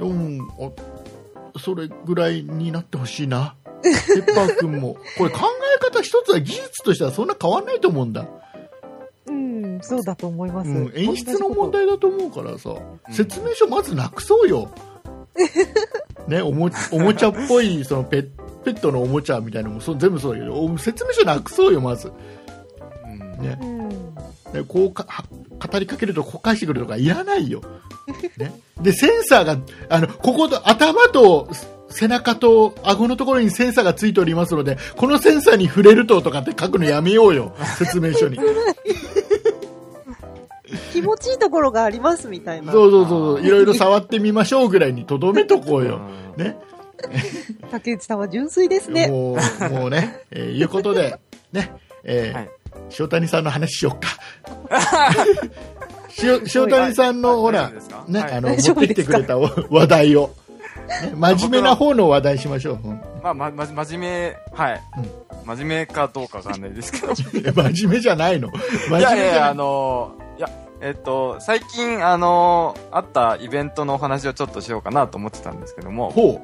Speaker 2: うん、あそれぐらいになってほしいな。ペッパーくんも。これ考え方一つは技術としてはそんな変わんないと思うんだ。
Speaker 4: うん、そうだと思います。
Speaker 2: うん、演出の問
Speaker 4: 同
Speaker 2: 題
Speaker 4: じこ
Speaker 2: だと思うからさ、
Speaker 3: ん
Speaker 2: 説明書まずなくそう よ、ね、おもおもちゃっぽいそのペペットのおもちゃみたいなのもそう全部そうだけどお説明書なくそうよまず、
Speaker 3: うん
Speaker 2: ね
Speaker 4: と。うん。
Speaker 2: ねこうかは語りかけるとこ返してくるとかいらないよ、ね、でセンサーがあのここと頭と背中と顎のところにセンサーがついておりますのでこのセンサーに触れるととかって書くのやめようよ説明 書に
Speaker 4: 気持ちいいところがありますみたいな。
Speaker 2: そうそうそうそういろいろ触ってみましょうぐらいにとどめとこうよ、ね
Speaker 4: 竹内さんは純粋ですね。
Speaker 2: もうもうね、えーいうことで、ねえー
Speaker 3: はい
Speaker 2: 塩谷さんの話しよっか。 塩塩谷さんのほ
Speaker 3: あ
Speaker 2: ら
Speaker 3: 大丈夫ですか、
Speaker 2: ね
Speaker 3: はい
Speaker 2: あの持
Speaker 4: 大丈
Speaker 2: っ
Speaker 4: 夫
Speaker 2: て
Speaker 4: ですか
Speaker 2: きてくれたお話題を、ね真面目な方の話題しましょう、うん
Speaker 3: まあ、ま、ま、真面目、はい。真面目かどうかわかんないですけど。い
Speaker 2: え 真面目じゃないの、真面目じゃない
Speaker 3: やいやいや、あのー、いや、えっと、最近、あのー、あったイベントのお話をちょっとしようかなと思ってたんですけども、
Speaker 2: ほ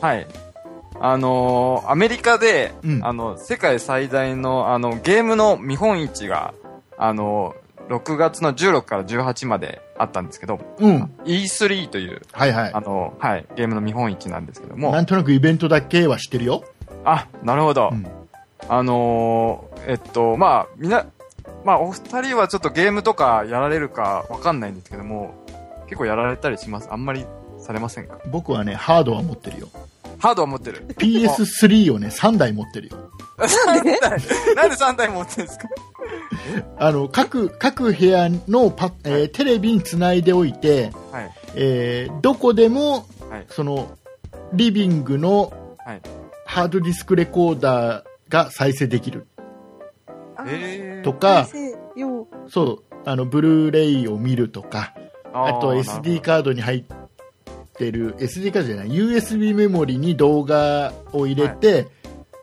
Speaker 3: はい。あのー、アメリカで、
Speaker 2: うん
Speaker 3: あの、世界最大の、あの、ゲームの見本市が、あのー、6月の16から18まであったんですけど、
Speaker 2: う、うん、
Speaker 3: E3 という、
Speaker 2: はいはい
Speaker 3: あ、のー、はい、ゲームの見本市なんですけども
Speaker 2: な、んとなくイベントだけは知ってるよ、
Speaker 3: あ、なるほど。
Speaker 2: うん
Speaker 3: あのーえっと、まあ、みな、まあ、お二人はちょっとゲームとかやられるかわかんないんですけども、結構やられたりします。あんまりされませんか
Speaker 2: 僕はね、ハードは持ってるよ、
Speaker 3: ハードは持ってる。
Speaker 2: PS3 をね、3台持ってるよ、
Speaker 3: なんで3台持ってるんですか
Speaker 2: あの各各部屋のパ、えーテレビにつないでおいて、
Speaker 3: はい。
Speaker 2: えーどこでも、
Speaker 3: はい
Speaker 2: そのリビングの
Speaker 3: はい
Speaker 2: ハードディスクレコーダーが再生できる
Speaker 4: あ
Speaker 3: えー
Speaker 2: とか、
Speaker 4: 先生よ
Speaker 2: そうあのブルーレイを見るとかあ
Speaker 3: ー
Speaker 2: と
Speaker 3: なる
Speaker 2: SD カードに入ってる SD カードじゃない USB メモリに動画を入れて、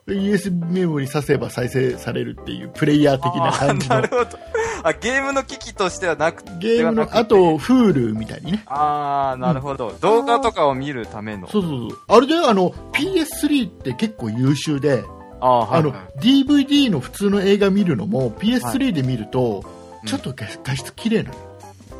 Speaker 2: USB メモリ挿せば再生されるっていうプレイヤー的
Speaker 3: ほど
Speaker 2: な感じの
Speaker 3: あーなるほど。あ、ゲームの機器としてはなくて。
Speaker 2: ゲーム
Speaker 3: ではなく
Speaker 2: の
Speaker 3: て
Speaker 2: あと Hulu みたいにね
Speaker 3: あー、なるほど。動画とかを見るための。
Speaker 2: そうそうそうあれであの PS3 って結構優秀で
Speaker 3: あー、は
Speaker 2: あ
Speaker 3: い、は
Speaker 2: の
Speaker 3: い。
Speaker 2: DVD の普通の映画見るのも PS3 で見ると、
Speaker 3: い
Speaker 2: ちょっと画画質綺麗なの、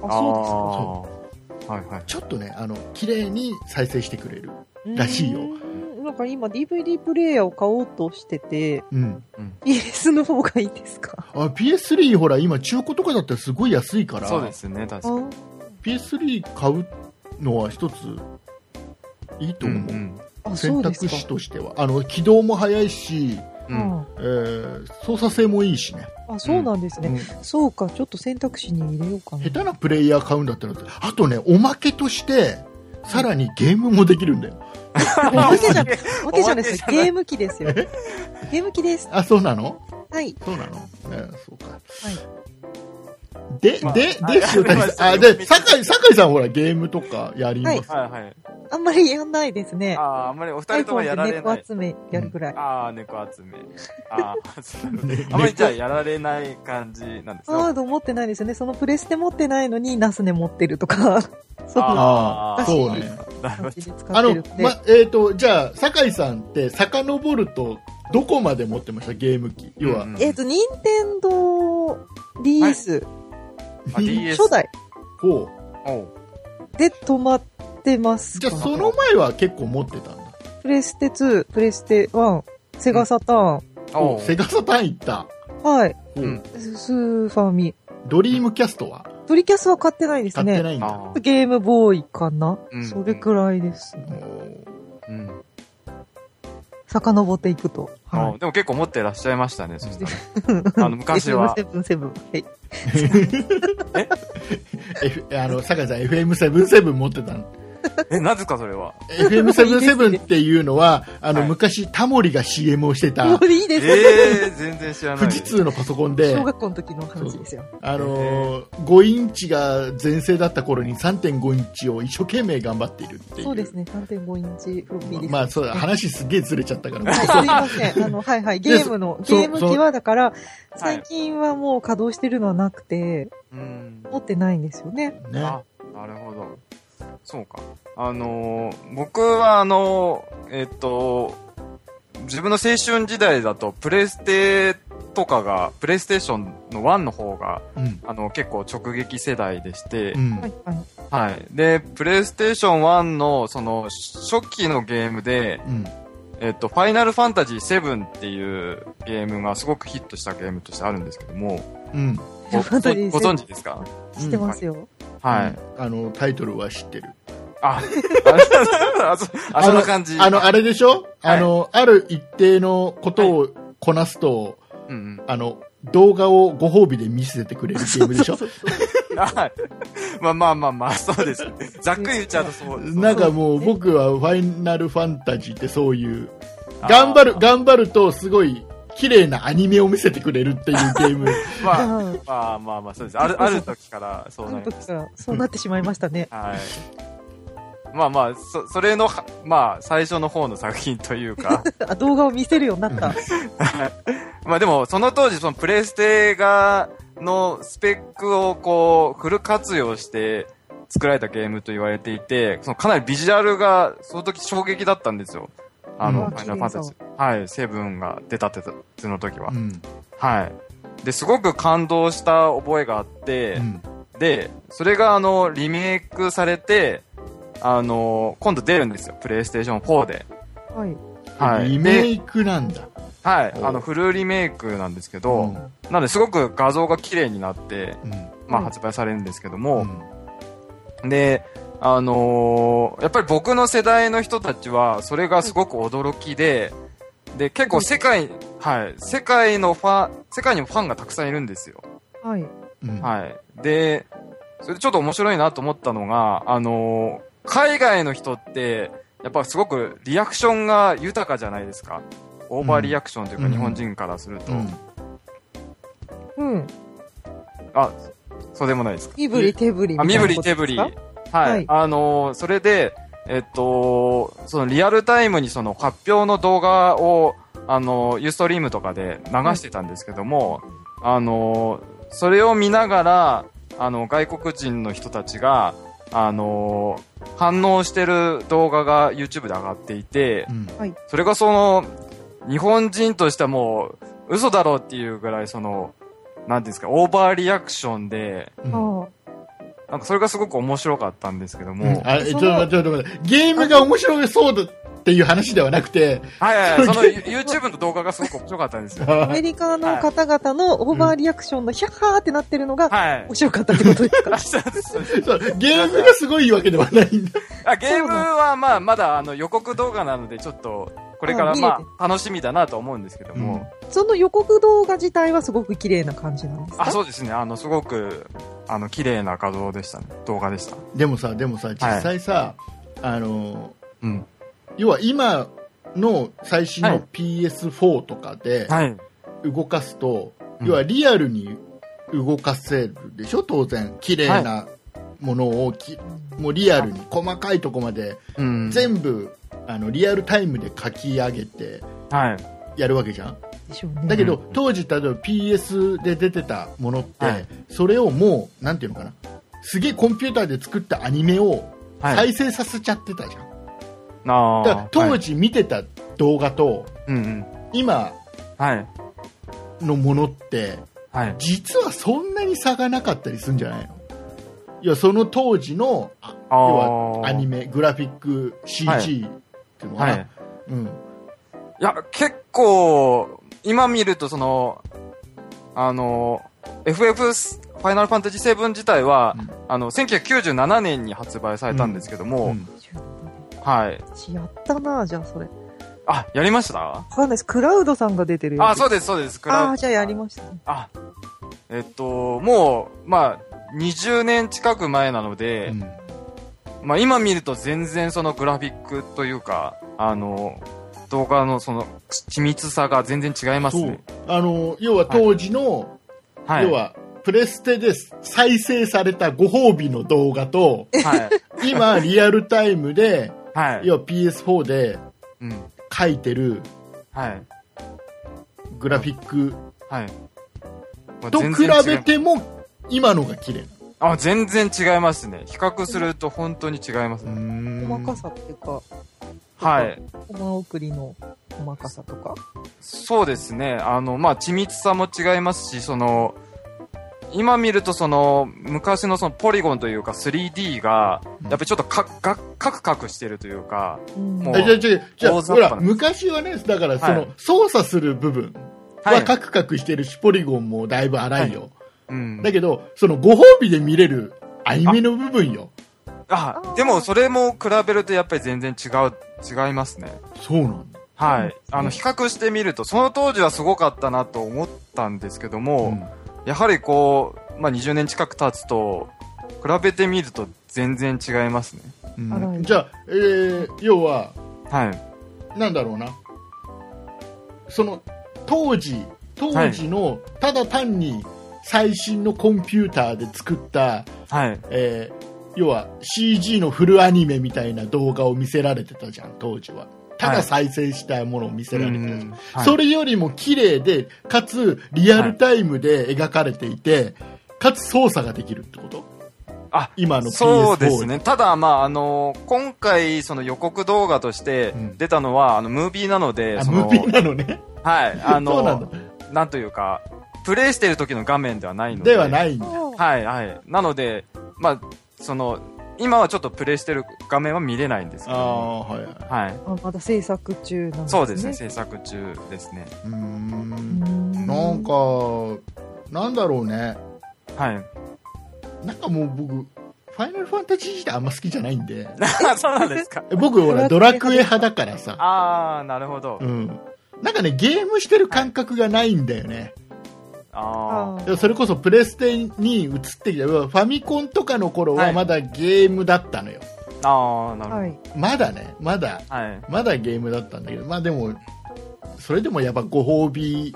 Speaker 4: あ、そう
Speaker 3: うですか。はいはい。
Speaker 2: ちょっとねあの綺麗に再生してくれる、
Speaker 4: ですか。
Speaker 2: らしいよ
Speaker 4: うーん。なんか今 DVD プレイヤーを買おうとしてて、
Speaker 2: うん、
Speaker 4: PS の方がいいですか
Speaker 2: あ PS3 ほら今中古とかだったらすごい安いから
Speaker 3: そうですね、確
Speaker 4: あ
Speaker 3: かに。
Speaker 4: ー
Speaker 2: PS3 買うのは一ついいと思う、
Speaker 3: ん
Speaker 4: あ、そ
Speaker 2: 選
Speaker 4: うで
Speaker 2: 択
Speaker 4: すか。
Speaker 2: 肢としてはあの起動も早いし、
Speaker 3: うん。うん。
Speaker 4: あ
Speaker 2: えー操作性もいいしね、
Speaker 4: ーあ、そうなんです
Speaker 2: うん
Speaker 4: ね。そうか、ちょっと選択肢に入れよう かな。
Speaker 2: 下手なプレイヤー買うんだったらあとねおまけとしてさらにゲームもできるんだよ
Speaker 4: おまけじゃない、 おまけじゃないで
Speaker 3: お
Speaker 4: す
Speaker 3: まけじゃない
Speaker 4: ゲーム機ですよ。ゲーム機です。
Speaker 2: あそうなの
Speaker 4: はい。
Speaker 2: そうなの、ね、そうか。で、
Speaker 3: まあ
Speaker 2: で、で
Speaker 3: はい、
Speaker 2: 塩谷さん。
Speaker 3: あ
Speaker 2: あ、
Speaker 3: りました
Speaker 2: で、酒井、酒井さんほら、ゲームとかやります。
Speaker 3: はいはい。
Speaker 4: あんまりやんないですね
Speaker 3: あ。あ、あんまりお二人ともや
Speaker 4: iPhone
Speaker 3: ら
Speaker 4: で
Speaker 3: れ
Speaker 4: 猫
Speaker 3: ない。
Speaker 4: 集めやるぐらい。あ
Speaker 3: ああ、猫集め。ああ、そうなるほど
Speaker 2: ね
Speaker 3: あんまりじゃあやられない感じなんです
Speaker 4: カ
Speaker 3: よ
Speaker 4: ー。ド持ってないですよね。そのプレステ持ってないのにナスネ持ってると か、そういう
Speaker 2: ああ、
Speaker 3: ー
Speaker 2: そうね。
Speaker 3: なるほ
Speaker 4: 感
Speaker 3: ど。
Speaker 4: じで使
Speaker 2: あ
Speaker 4: って
Speaker 2: の
Speaker 4: るん、で。
Speaker 2: ま、えっ、と、じゃあ、酒井さんって、遡ると、どこまで持ってましたゲーム機。要は、
Speaker 3: うん
Speaker 4: えっと、任天堂 DS、
Speaker 3: あ DS
Speaker 4: 初代
Speaker 2: こ
Speaker 3: おう
Speaker 4: で止まってます
Speaker 2: う。じゃ
Speaker 4: か
Speaker 2: あ、その前は結構持ってたんだ。
Speaker 4: プレステ2、プレステ1、セガサターン、
Speaker 3: おう
Speaker 2: セガサターン行った。
Speaker 4: はい、
Speaker 2: こう
Speaker 3: うん
Speaker 4: スーファミ。
Speaker 2: ドリームキャストは
Speaker 4: トリキャスは買ってないです
Speaker 2: 買って
Speaker 4: ね。
Speaker 2: ないんだ。
Speaker 3: あー
Speaker 4: ゲームボーイかな、
Speaker 3: うん
Speaker 4: それくらいですね。
Speaker 2: お
Speaker 3: うん
Speaker 4: 遡っていくと。
Speaker 3: あ
Speaker 4: は
Speaker 3: ーでも結構持ってらっしゃいましたね、そした ら。あの、
Speaker 4: い。
Speaker 3: 昔は。
Speaker 4: FM77。はい。
Speaker 2: ー F- あの、酒井さん FM77 持ってたの。
Speaker 3: え、なぜかそれは。
Speaker 2: FM77 っていうのは、あの、
Speaker 3: はい
Speaker 2: 昔、タモリが CM をしてた
Speaker 4: も、ういい
Speaker 3: え
Speaker 4: ですね。
Speaker 3: え、全然知らない
Speaker 2: 富
Speaker 3: です。
Speaker 2: 士通のパソコンで
Speaker 4: 小、学校の時の話ですよ。
Speaker 2: あのー5インチが全盛だった頃に3.5インチを一生懸命頑張っているっていう。
Speaker 4: そうですね。3.5インチフロッピーです、ね。
Speaker 2: まあ、そうだ、話すげえずれちゃった から。
Speaker 4: すいませ ん。あの、はいはい。ゲームの、
Speaker 2: そ
Speaker 4: ゲーム機はだから、
Speaker 3: い
Speaker 4: 最近はもう稼働してるのはなくて、
Speaker 3: うん。
Speaker 4: 持ってないんですよね。
Speaker 2: ね。
Speaker 3: あ、なるほど。そうか。あのー僕はあのーえっと、自分の青春時代だと、プレステとかが、プレイステーションの1の方が、
Speaker 2: うん。
Speaker 3: あの、結構直撃世代でして、
Speaker 2: うん。
Speaker 4: はいはい。
Speaker 3: はい。で、プレイステーション1の、その、初期のゲームで、
Speaker 2: うん。
Speaker 3: えっと、ファイナルファンタジー7っていうゲームがすごくヒットしたゲームとしてあるんですけども、
Speaker 2: うん。
Speaker 3: ごご
Speaker 4: ファンタジー7
Speaker 3: ご存知ですか
Speaker 4: 知ってますよ。
Speaker 3: はい。
Speaker 2: あの、タイトルは知ってる。
Speaker 3: あ、あ、そあそんな感じ。
Speaker 2: あの、あれでしょあの、ある一定のことをこなすと、
Speaker 3: うんうん。
Speaker 2: あの、動画をご褒美で見せてくれるゲームでしょ
Speaker 4: そうそう
Speaker 3: はい。まあまあまあまあ、そうです。ざっくり言っちゃうとそう。
Speaker 2: なんかもう
Speaker 4: そう
Speaker 2: 僕はファイナルファンタジーってそういう、
Speaker 3: あー
Speaker 2: 頑張る、頑張るとすごい綺麗なアニメを見せてくれるっていうゲ ーム。
Speaker 3: まあ、
Speaker 4: そうはい
Speaker 3: まあまあまあ、そうです。ある、ある時から、そ
Speaker 4: あ
Speaker 3: うな
Speaker 4: の
Speaker 3: りま
Speaker 4: 時
Speaker 3: す。
Speaker 4: からそうなってしまいました ね。
Speaker 3: はい。まあまあ、そ、それのは、まあ、最初の方の作品というか、
Speaker 4: あ動画を見せるようになった。
Speaker 3: まあでも、その当時、そのプレイステが、のスペックをこう、フル活用して作られたゲームと言われていて、そのかなりビジュアルが、その時衝撃だったんですよ。あの、
Speaker 2: うん
Speaker 3: ファイナルファンタジー。はい、セブンが出たってた、その時は。
Speaker 2: うん。
Speaker 3: はい。で、すごく感動した覚えがあって、
Speaker 2: うん。
Speaker 3: で、それがあの、リメイクされて、あの、今度出るんですよ。プレイステーション4で。
Speaker 4: はい。
Speaker 3: はい。
Speaker 2: リメイクなんだ。
Speaker 3: ではい。
Speaker 2: お
Speaker 3: あの、フルリメイクなんですけ
Speaker 2: う
Speaker 3: ど、
Speaker 2: ん
Speaker 3: なんで、すごく画像が綺麗になって、
Speaker 2: うん。
Speaker 3: まあ、
Speaker 4: うん
Speaker 3: 発売されるんですけど
Speaker 2: う
Speaker 3: も、
Speaker 2: ん
Speaker 3: で、あのーやっぱり僕の世代の人たちは、それがすごく驚きで、で、結構世界、はい、世界のファン、世界にもファンがたくさんいるんですよ。
Speaker 4: はい。
Speaker 2: うん。
Speaker 3: はい。で、それでちょっと面白いなと思ったのが、あのー海外の人って、やっぱすごくリアクションが豊かじゃないですか。オーバーリアクションというか、
Speaker 2: うん
Speaker 3: 日本人からすると。
Speaker 2: うん
Speaker 4: うん。
Speaker 3: あ、そうでもないですか。
Speaker 4: 身振り手振り
Speaker 3: あ、身振り手振り。
Speaker 4: み
Speaker 3: は
Speaker 4: た
Speaker 3: い
Speaker 4: いなことです。い
Speaker 3: あのーそれで、えっと、そのリアルタイムにその発表の動画を、あのー、ユーストリームとかで流してたんですけども、あのーそれを見ながら、あの、外国人の人たちが、あのー反応してる動画が YouTube で上がっていて
Speaker 2: う、ん
Speaker 3: それがその、日本人としてはもう、嘘だろうっていうぐらい、その、なんていうんですか、オーバーリアクションで、
Speaker 2: うん
Speaker 4: あ
Speaker 3: なんかそれがすごく面白かったんですけども。
Speaker 2: あえちょっ
Speaker 4: そ
Speaker 2: と
Speaker 4: の
Speaker 2: 待って、ちょっと待って。ゲームが面白そうだっていう話ではなくて、
Speaker 3: はいはい、その YouTube の動画がすごく面白かったん ですよ。
Speaker 4: あアメリカの方々のオーバーリアクションのヒャッハーってなってるのが
Speaker 3: はい
Speaker 4: 面。白かったってことです か
Speaker 2: そうゲームがすごいわけではないんだ。
Speaker 3: あゲームはまあまだあの予告動画なのでちょっとこれから
Speaker 4: あ見れて
Speaker 3: まあ楽しみだなと思うんですけども、
Speaker 4: その予告動画自体はすごく綺麗な感じなんですか
Speaker 3: あそうですねあのすごくあの綺麗な画像でしたね動画でした
Speaker 2: でもさ、でもさ、実際さ、あの、
Speaker 3: うん
Speaker 2: 要は今の最新
Speaker 3: は
Speaker 2: の
Speaker 3: い
Speaker 2: PS4 とかで
Speaker 3: はい
Speaker 2: 動かすと、
Speaker 3: うん
Speaker 2: 要はリアルに動かせるでしょ当然綺麗なものをき、もうリアルに細かいとこまで
Speaker 3: うん
Speaker 2: 全部、あのリアルタイムで書き上げて
Speaker 3: はい
Speaker 2: やるわけじゃん
Speaker 4: でしょうね。
Speaker 2: だけど、
Speaker 3: うん
Speaker 2: 当時例えば PS で出てたものって、
Speaker 3: はい
Speaker 2: それをもうなんていうのかなすげえコンピューターで作ったアニメを
Speaker 3: はい
Speaker 2: 再生させちゃってたじゃん、
Speaker 3: あー
Speaker 2: だから
Speaker 3: は
Speaker 2: 当
Speaker 3: い
Speaker 2: 時見てた動画と
Speaker 3: うんうん
Speaker 2: 今
Speaker 3: はい
Speaker 2: のものって
Speaker 3: はい
Speaker 2: 実はそんなに差がなかったりするんじゃないのいやその当時のあ
Speaker 3: あ
Speaker 2: 要は
Speaker 3: ー
Speaker 2: アニメグラフィック CG
Speaker 3: は
Speaker 2: っ
Speaker 3: い
Speaker 2: ていうのかな、
Speaker 3: はい
Speaker 2: うん、
Speaker 3: いや結構今見るとそのあの FF ファイナルファンタジー7自体は、
Speaker 2: うん
Speaker 3: あの1997年に発売されたんですけども、
Speaker 2: うん
Speaker 3: はい
Speaker 4: やったなじゃあそれ。わ
Speaker 3: あ、やりました
Speaker 4: かんないです。クラウドさんが出てる
Speaker 3: あ、そううです、そうです。クラウ
Speaker 4: ああ、じゃあやりましたね。
Speaker 3: あ、えっと、もう、まあ、20年近く前なので、
Speaker 2: うん
Speaker 3: まあ今見ると全然そのグラフィックというか、あの、動画のその緻密さが全然違います
Speaker 2: そう
Speaker 3: ね。
Speaker 2: あの要は当時の、
Speaker 3: はい。
Speaker 2: 要はプレステで再生されたご褒美の動画と
Speaker 3: はい。
Speaker 2: 今リアルタイムで
Speaker 3: はい。
Speaker 2: 要は PS4 で
Speaker 3: うん。
Speaker 2: 書いてる
Speaker 3: はい。
Speaker 2: グラフィック
Speaker 3: はい。まあ
Speaker 2: と
Speaker 3: 全
Speaker 2: 比
Speaker 3: 然違い
Speaker 2: べても今のが綺麗
Speaker 3: あ、全然違いますね。比較すると本当に違いますね。
Speaker 2: 細
Speaker 4: 細かさっていうか、
Speaker 3: はい。
Speaker 4: コマ送りの。細かさとか。
Speaker 3: そうですね。あの、まあ、緻密さも違いますし、その、今見るとその、昔のそのポリゴンというか 3D が、
Speaker 2: うん
Speaker 3: やっぱりちょっとか、か、カクカクしてるというか、もう
Speaker 2: えじゃあじゃあじゃあ
Speaker 3: 大雑
Speaker 2: ほ
Speaker 3: 把な
Speaker 2: ら昔はねだからその、
Speaker 3: はい
Speaker 2: 操作する部分
Speaker 3: は。
Speaker 2: はいカクカクしてるし、ポリゴンもだいぶ荒いよ、
Speaker 3: うん
Speaker 2: だ。けどそのご褒美で見れるアニメの部分よ
Speaker 3: あ、でもそれも比べるとやっぱり全然違う、違いますね。
Speaker 2: そうなんだ、
Speaker 3: はい。あの、比較してみると、その当時はすごかったなと思ったんですけど
Speaker 2: う
Speaker 3: も、
Speaker 2: ん
Speaker 3: やはりこう、まあ、20年近く経つと、比べてみると全然違いますね。
Speaker 2: うん
Speaker 4: 荒い
Speaker 2: じゃあ、えー要は
Speaker 3: はい。
Speaker 2: なんだろうなその当時当時の、ただ単に最新のコンピューターで作った、
Speaker 3: はい。
Speaker 2: えー要は CG のフルアニメみたいな動画を見せられてたじゃん当時はただ再生したものを見せられてたじゃん、
Speaker 3: うんはい
Speaker 2: それよりも綺麗で、かつリアルタイムで描かれていて、かつ操作ができるってこと
Speaker 3: あ
Speaker 2: 今の PS4
Speaker 3: そうですね。ただ、まあ、あの、今回、その予告動画として
Speaker 2: うん
Speaker 3: 出たのは、あの、ムービーなので、
Speaker 2: あ
Speaker 3: そ
Speaker 2: ム
Speaker 3: の
Speaker 2: ービーなのね。
Speaker 3: はい、あ
Speaker 2: そうなんだ
Speaker 3: の、なんというか、プレイしてる時の画面ではないので。
Speaker 2: ではないんだ。
Speaker 3: はい、はい。なので、まあ、その、今はちょっとプレイしてる画面は見れないんですけ
Speaker 2: あ
Speaker 3: ど、
Speaker 2: あ、はいはい。
Speaker 3: はい。
Speaker 4: あまだ制作中なんですね。
Speaker 3: そうですね、制作中ですね。
Speaker 2: うー。
Speaker 4: うんん。
Speaker 2: なんか、なんだろうね。
Speaker 3: はい。
Speaker 2: なんかもう僕、ファイナルファンタジー自体あんま好きじゃないんで。
Speaker 3: そうなんですか。
Speaker 2: え僕、ほら、ドラクエ派だからさ。
Speaker 3: ああ、なるほど。
Speaker 2: うん。なんかね、ゲームしてる感覚がないんだよね。
Speaker 3: あ
Speaker 4: あ
Speaker 2: でもそれこそプレステに移ってきた要はファミコンとかの頃はまだゲームだったのよ、
Speaker 3: あ、ああ、なるほど。
Speaker 4: はい。
Speaker 2: まだねまだ
Speaker 3: はい。
Speaker 2: まだゲームだったんだけどまあでもそれでもやっぱご褒美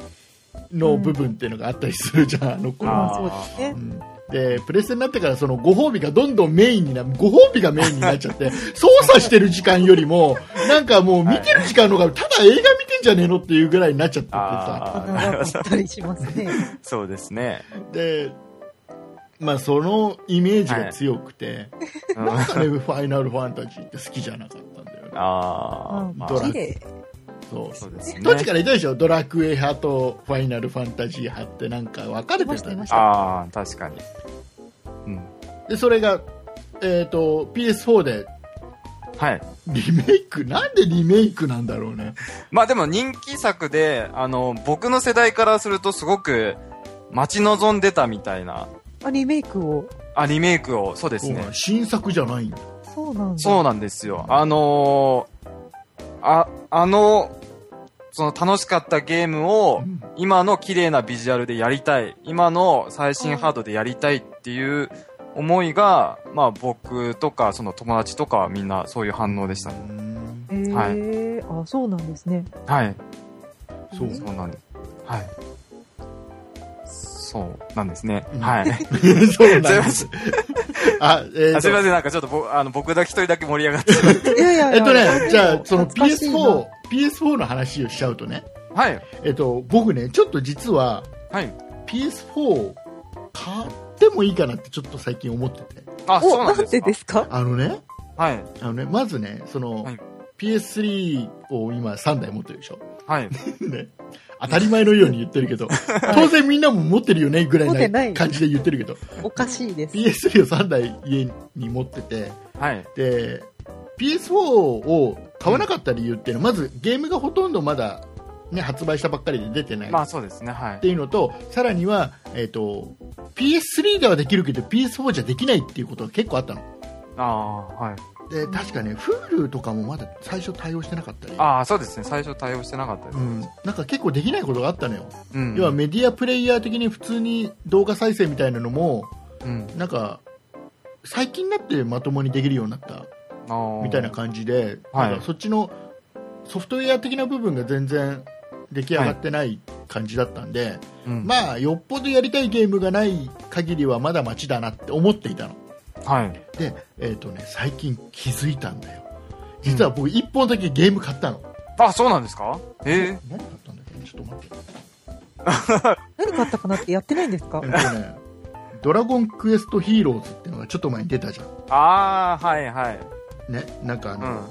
Speaker 2: の部分っていうのがあったりするじゃん、あの頃
Speaker 4: ま
Speaker 2: は
Speaker 4: あそうですね
Speaker 2: う。んでプレステになってからそのご褒美がどんどんメインになご褒美がメインになっちゃ って操作してる時間よりもなんかもう見てる時間の方がただ映画見てんじゃねえのっていうぐらいになっちゃっててさ
Speaker 3: ああ、なるほ
Speaker 4: 花が
Speaker 3: ど
Speaker 4: あったりしますね。
Speaker 3: そうですね。
Speaker 2: で、まあ、そのイメージが強くて、
Speaker 3: うん
Speaker 2: なんかね、ファイナルファンタジーって好きじゃなかったんだよね。
Speaker 3: ああ、
Speaker 4: うん
Speaker 3: ま
Speaker 2: ドラ
Speaker 3: あ、
Speaker 4: 綺麗。
Speaker 2: そう
Speaker 3: そうですね。
Speaker 2: どっちからいたでしょドラクエ派とファイナルファンタジー派ってなんか分かれてた
Speaker 4: い
Speaker 2: ね
Speaker 4: まし
Speaker 3: ああ、確かに。うん。
Speaker 2: でそれが、えっと PS4 で
Speaker 3: はい。
Speaker 2: リメイクなんでリメイクなんだろうね
Speaker 3: まあでも人気作で、あの、僕の世代からするとすごく待ち望んでたみたいな、
Speaker 4: あ、リメイクを。
Speaker 3: あ、リメイクを、そうです
Speaker 2: そう
Speaker 3: ね
Speaker 2: なの。新作じゃないんだ
Speaker 4: そうなんだ。
Speaker 3: そうなんですよ。あのーあ、あの、その楽しかったゲームを
Speaker 2: うん
Speaker 3: 今の綺麗なビジュアルでやりたい、今の最新ハードでやりたいっていう思いが、まあ僕とかその友達とかはみんなそういう反応でしたね。
Speaker 2: うん
Speaker 4: へえ。あ、そうなんですね。
Speaker 3: はい。
Speaker 2: そう
Speaker 3: そうなんです。はい。そうなんですね。
Speaker 2: うん
Speaker 3: はい。
Speaker 2: そうなんです
Speaker 3: すいま
Speaker 2: あ、え
Speaker 3: せん。
Speaker 2: ー
Speaker 3: すい
Speaker 2: と
Speaker 3: ません。なんかちょっと僕、あの、僕だけ一人だけ盛り上がって。
Speaker 4: いやいやいや。
Speaker 2: えっとねじゃあその
Speaker 4: 懐かしいな
Speaker 2: PS4。PS4 の話をしちゃうとね
Speaker 3: はい。
Speaker 2: えっと、僕ね、ちょっと実は
Speaker 3: はい。
Speaker 2: PS4 買ってもいいかなってちょっと最近思ってて。
Speaker 3: あ、そう
Speaker 4: お、
Speaker 3: な
Speaker 4: なん
Speaker 3: で
Speaker 4: んです
Speaker 3: か
Speaker 4: ですか
Speaker 2: あのね、
Speaker 3: はい。
Speaker 2: あのね、まずね、その、
Speaker 3: はい
Speaker 2: PS3 を今3台持ってるでしょ。
Speaker 3: はい。
Speaker 2: ね。当たり前のように言ってる けど、当然みんなも持ってるよねぐら
Speaker 4: 持って
Speaker 2: い
Speaker 4: な
Speaker 2: ない感じで言ってるけど、
Speaker 4: おかしいです。
Speaker 2: PS3 を3台家に持ってて、
Speaker 3: はい。
Speaker 2: で、PS4 を買わなかった理由っていうのは、まずゲームがほとんどまだ、ね、発売したばっかりで出てない
Speaker 3: まあそうですね。は
Speaker 2: っ
Speaker 3: い。
Speaker 2: ていうのと、さらには、えっと PS3 ではできるけど PS4 じゃできないっていうことが結構あったの
Speaker 3: ああ、はい。
Speaker 2: で確かね Hulu とかもまだ最初対応してなかったり、
Speaker 3: ああ、そうですね。最初対応してなかったで
Speaker 2: う
Speaker 3: す。
Speaker 2: ん、なんか結構できないことがあったのよ、
Speaker 3: うん
Speaker 2: 要はメディアプレイヤー的に普通に動画再生みたいなのも
Speaker 3: うん。
Speaker 2: なんか最近になってまともにできるようになった
Speaker 3: あー
Speaker 2: みたいな感じで、
Speaker 3: はい
Speaker 2: なんかそっちのソフトウェア的な部分が全然出来上がってない感じだったんで、
Speaker 3: うん。
Speaker 2: まあよっぽどやりたいゲームがない限りはまだ待ちだなって思っていたの
Speaker 3: はい。
Speaker 2: で、えーとね、最近気づいたんだよ実は僕1本だけゲーム買ったの、
Speaker 3: あ、そうなんですかえ
Speaker 2: 何買ったんだっけちょっと待って
Speaker 4: 何買ったかなってやってないんですか
Speaker 2: えっ とね「ドラゴンクエストヒーローズ」っていうのがちょっと前に出たじゃん
Speaker 3: えああ、はいはい。
Speaker 2: ねなんかあ
Speaker 3: うん。
Speaker 2: の、
Speaker 3: は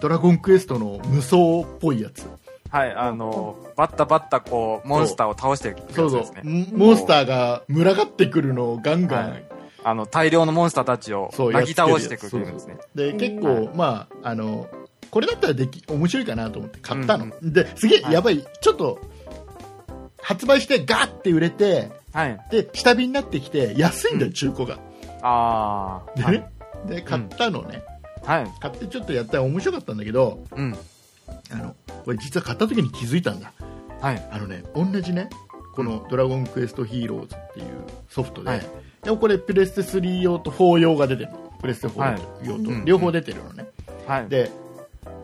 Speaker 2: ドラゴンクエストの無双っぽいやつ
Speaker 3: はい、あの、バッタバッタこう、モンスターを倒していく
Speaker 2: そ
Speaker 3: や
Speaker 2: う
Speaker 3: つ
Speaker 2: そ
Speaker 3: です
Speaker 2: う、
Speaker 3: ね。
Speaker 2: モンスターが群がってくるのをガンガン、
Speaker 3: はいあの、大量のモンスターたちを、
Speaker 2: そう
Speaker 3: なぎ倒してい
Speaker 2: や
Speaker 3: く
Speaker 2: っつけ
Speaker 3: ゲ
Speaker 2: る
Speaker 3: ームですね。
Speaker 2: で結構、まああのこれだったらでき面白いかなと思って買ったの、
Speaker 3: うん
Speaker 2: ですげえ
Speaker 3: はい
Speaker 2: やばい、ちょっと発売してガーって売れて
Speaker 3: はい。
Speaker 2: で下火になってきて安いんだよ、
Speaker 3: うん
Speaker 2: 中古が
Speaker 3: あー。
Speaker 2: で
Speaker 3: はい
Speaker 2: ね。で買ったのね、
Speaker 3: はい。
Speaker 2: 買ってちょっとやったら面白かったんだけど
Speaker 3: うん。
Speaker 2: あのこれ実は買った時に気づいたんだ
Speaker 3: はい。
Speaker 2: あのね同じねこの「ドラゴンクエストヒーローズ」っていうソフトで、
Speaker 3: はい
Speaker 2: でもこれプレステ3用と4用が出てるのプレステ4用と、
Speaker 3: はいうん
Speaker 2: 両方出てるのね、
Speaker 3: はい。
Speaker 2: で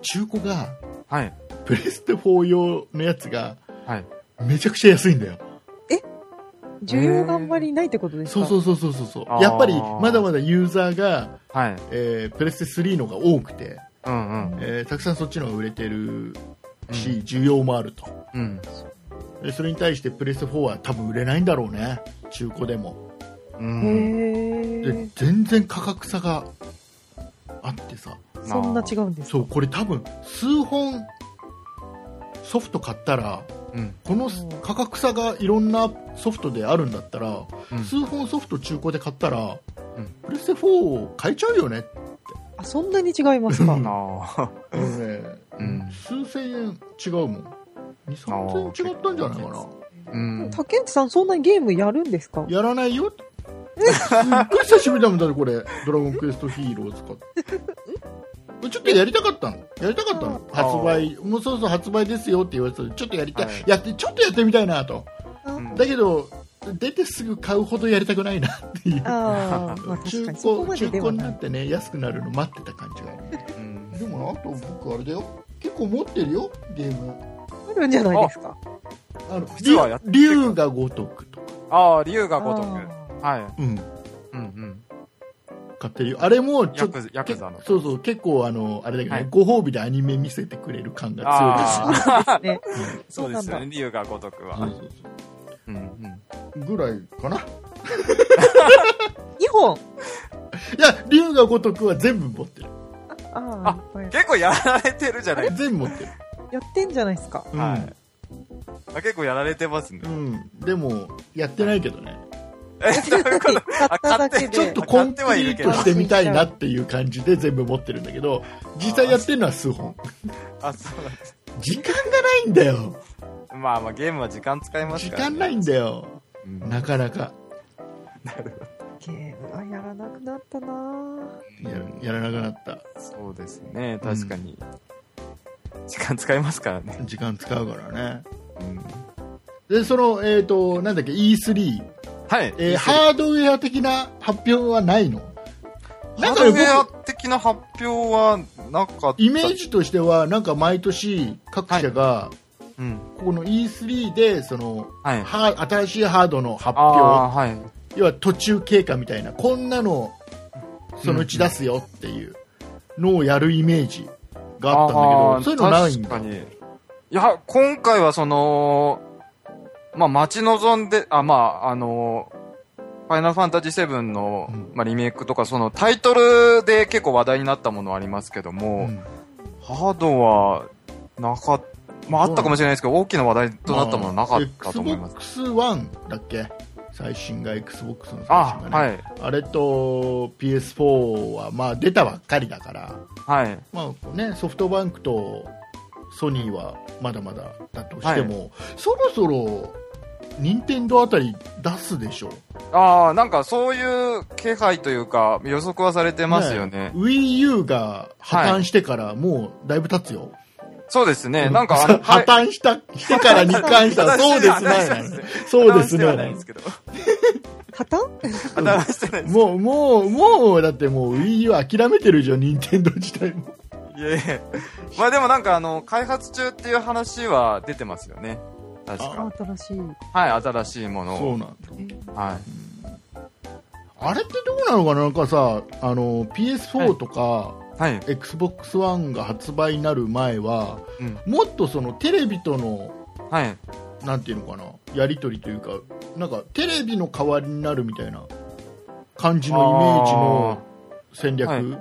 Speaker 2: 中古が
Speaker 3: はい。
Speaker 2: プレステ4用のやつが
Speaker 3: はい。
Speaker 2: めちゃくちゃ安いんだよ
Speaker 4: 需要があんまりないってことです
Speaker 2: そう
Speaker 4: か
Speaker 2: そうそうそうそうそ
Speaker 3: あ
Speaker 2: う
Speaker 3: ー
Speaker 2: やっぱりまだまだユーザーが、
Speaker 3: はい。
Speaker 2: えープレステ3のが多くて、
Speaker 3: うんうん。
Speaker 2: えーたくさんそっちのが売れてるし、
Speaker 3: う
Speaker 2: 需要もあると
Speaker 3: うん。
Speaker 2: でそれに対してプレステ4は多分売れないんだろうね中古でも
Speaker 3: うん。
Speaker 2: で
Speaker 4: へえ。
Speaker 2: 全然価格差があってさ
Speaker 4: そんな違うんですか
Speaker 2: そうこれ多分数本ソフト買ったら
Speaker 3: うん。
Speaker 2: この価格差がいろんなソフトであるんだったら
Speaker 3: うん
Speaker 2: 数本ソフト中古で買ったら、
Speaker 3: うん
Speaker 2: プレステ4を買えちゃうよね、
Speaker 4: あ、そんなに違いますか
Speaker 2: うん
Speaker 3: あ うん
Speaker 2: 数千円違うもん23千円違ったんじゃないかな
Speaker 3: ー。うん。
Speaker 4: 竹内さん、そんなにゲームやるんですか
Speaker 2: やらないよすっごい久しぶりだもんだってこれ「ドラゴンクエストヒーローズ」かちょっとやりたかったのやりたかったの
Speaker 3: あー
Speaker 2: 発売もうそろそろ発売ですよって言われてたちょっとやりたい、
Speaker 3: はい
Speaker 2: やってちょっとやってみたいなと
Speaker 3: うん
Speaker 2: だけど出てすぐ買うほどやりたくないなっていう
Speaker 4: ああ、まあ
Speaker 2: 中
Speaker 4: 確かにそこま
Speaker 2: 古中
Speaker 4: でで
Speaker 2: 古
Speaker 4: は
Speaker 2: に
Speaker 4: な
Speaker 2: ないっ。てね安くなるの待ってた感じがある
Speaker 3: うん
Speaker 2: でもなあと僕あれだよ結構持ってるよゲーム
Speaker 4: あるんじゃないですか。
Speaker 2: あの
Speaker 3: 実はやってる
Speaker 2: 竜竜が如くとか、
Speaker 3: あー、理由がごとく。
Speaker 4: あ
Speaker 3: はい。
Speaker 2: うん、
Speaker 3: うんうん。
Speaker 2: 買ってるよあれもちょ
Speaker 3: ヤ
Speaker 2: っと
Speaker 3: クザ、ヤクザの。
Speaker 2: そうそう結構あのあれだけどね、
Speaker 3: はい
Speaker 2: ご褒美でアニメ見せてくれる感が
Speaker 3: ああ、
Speaker 4: ーね
Speaker 3: そ
Speaker 4: そうう
Speaker 3: で
Speaker 4: なんだ
Speaker 3: すよね。理由がごとく
Speaker 2: 強い
Speaker 3: は
Speaker 2: で。す、そうそう
Speaker 3: うんうん。
Speaker 2: そうぐらいか ない
Speaker 4: 2本
Speaker 2: や竜が如くは全部持ってる
Speaker 4: あ
Speaker 3: あ
Speaker 4: あ、いっぱい
Speaker 3: 結構やられてるじゃない
Speaker 2: 全部持ってる、
Speaker 4: やってんじゃないですか。
Speaker 2: うん
Speaker 3: はいあ結構やられてますね
Speaker 2: う。ん、でもやってないけどね
Speaker 3: え、どういうこと
Speaker 4: 買っただけ
Speaker 3: あ買って
Speaker 4: で。
Speaker 3: ちょっ
Speaker 2: ちょっとコンプリートしてみたいなっていう感じで全部持ってるんだけど実際やってるのは数本
Speaker 3: あ、そうなんです。
Speaker 2: 時間がないんだよ
Speaker 3: まあまあゲームは時間使います
Speaker 2: 時
Speaker 3: から、ね。
Speaker 2: 間ないんだよ
Speaker 3: うん
Speaker 2: なかなか
Speaker 4: ゲームはやらなくなったなぁ
Speaker 2: ややらなくなった
Speaker 3: そうですね。確かに。時間使いますからね。
Speaker 2: 時間使うからね
Speaker 3: うん
Speaker 2: でそのえっ、となんだっけ E3、
Speaker 3: はい。
Speaker 2: えーハードウェア的な発表はないのな
Speaker 3: ハ
Speaker 2: ん
Speaker 3: ー
Speaker 2: か
Speaker 3: ドウェア
Speaker 2: 僕
Speaker 3: 的な発表はなかった。
Speaker 2: イメージとしてはなんか毎年各社が
Speaker 3: うん。
Speaker 2: ここの E3 でその
Speaker 3: はい。
Speaker 2: は新しいハードの発
Speaker 3: あ
Speaker 2: 表
Speaker 3: あー、はい。
Speaker 2: 要は途中経過みたいなこんなのそのうち出すよっていうのをやるイメージがあったんだけど、
Speaker 3: あー
Speaker 2: そういうのないんだ
Speaker 3: 確かに。いや、今回はその、まあ、待ち望んで、あ、まあ、あの、ファイナルファンタジー7の、
Speaker 2: うん
Speaker 3: まあ、リメイクとか、そのタイトルで結構話題になったものはありますけど
Speaker 2: う
Speaker 3: も、
Speaker 2: ん
Speaker 3: ハードはなかっまあ、あったかもしれないですけど、大きな話題となったものはなかったと思います。
Speaker 2: Xbox One だっけ最新が Xbox の最
Speaker 3: あ
Speaker 2: 新がねあ,、
Speaker 3: はい、
Speaker 2: れと PS4 はまあ出たばっかりだから、
Speaker 3: はい、
Speaker 2: まあね、ソフトバンクとソニーはまだまだだとしても、そろそろ任天堂あたり出すでしょ
Speaker 3: ああ、なんかそういう気配というか、予測はされてますよね。
Speaker 2: WiiU が破綻してからもうだいぶ経つよ、
Speaker 3: そうですね、なんかあの、
Speaker 2: 破綻した、してからに関しては、そうですね。そうです
Speaker 3: 話はない
Speaker 2: ね
Speaker 3: んで。すけど。
Speaker 4: 破綻
Speaker 3: 話してないです。
Speaker 2: もう、もう、もう、だってもう Wii U 諦めてるじゃん、任天堂自体 も。
Speaker 3: いやいや。まあでもなんかあの、開発中っていう話は出てますよね。確か。
Speaker 4: 新しい。
Speaker 3: はい、新しいもの
Speaker 2: そうなん
Speaker 3: を。
Speaker 2: だ。
Speaker 3: は
Speaker 2: あれってどうなのかななんかさ、あの、PS4 とか、
Speaker 3: い。はい。
Speaker 2: Xbox One が発売になる前は、
Speaker 3: うん。
Speaker 2: もっとそのテレビとの、
Speaker 3: はい。
Speaker 2: なんていうのかな、やりとりというか、なんかテレビの代わりになるみたいな感じのイメージの戦略。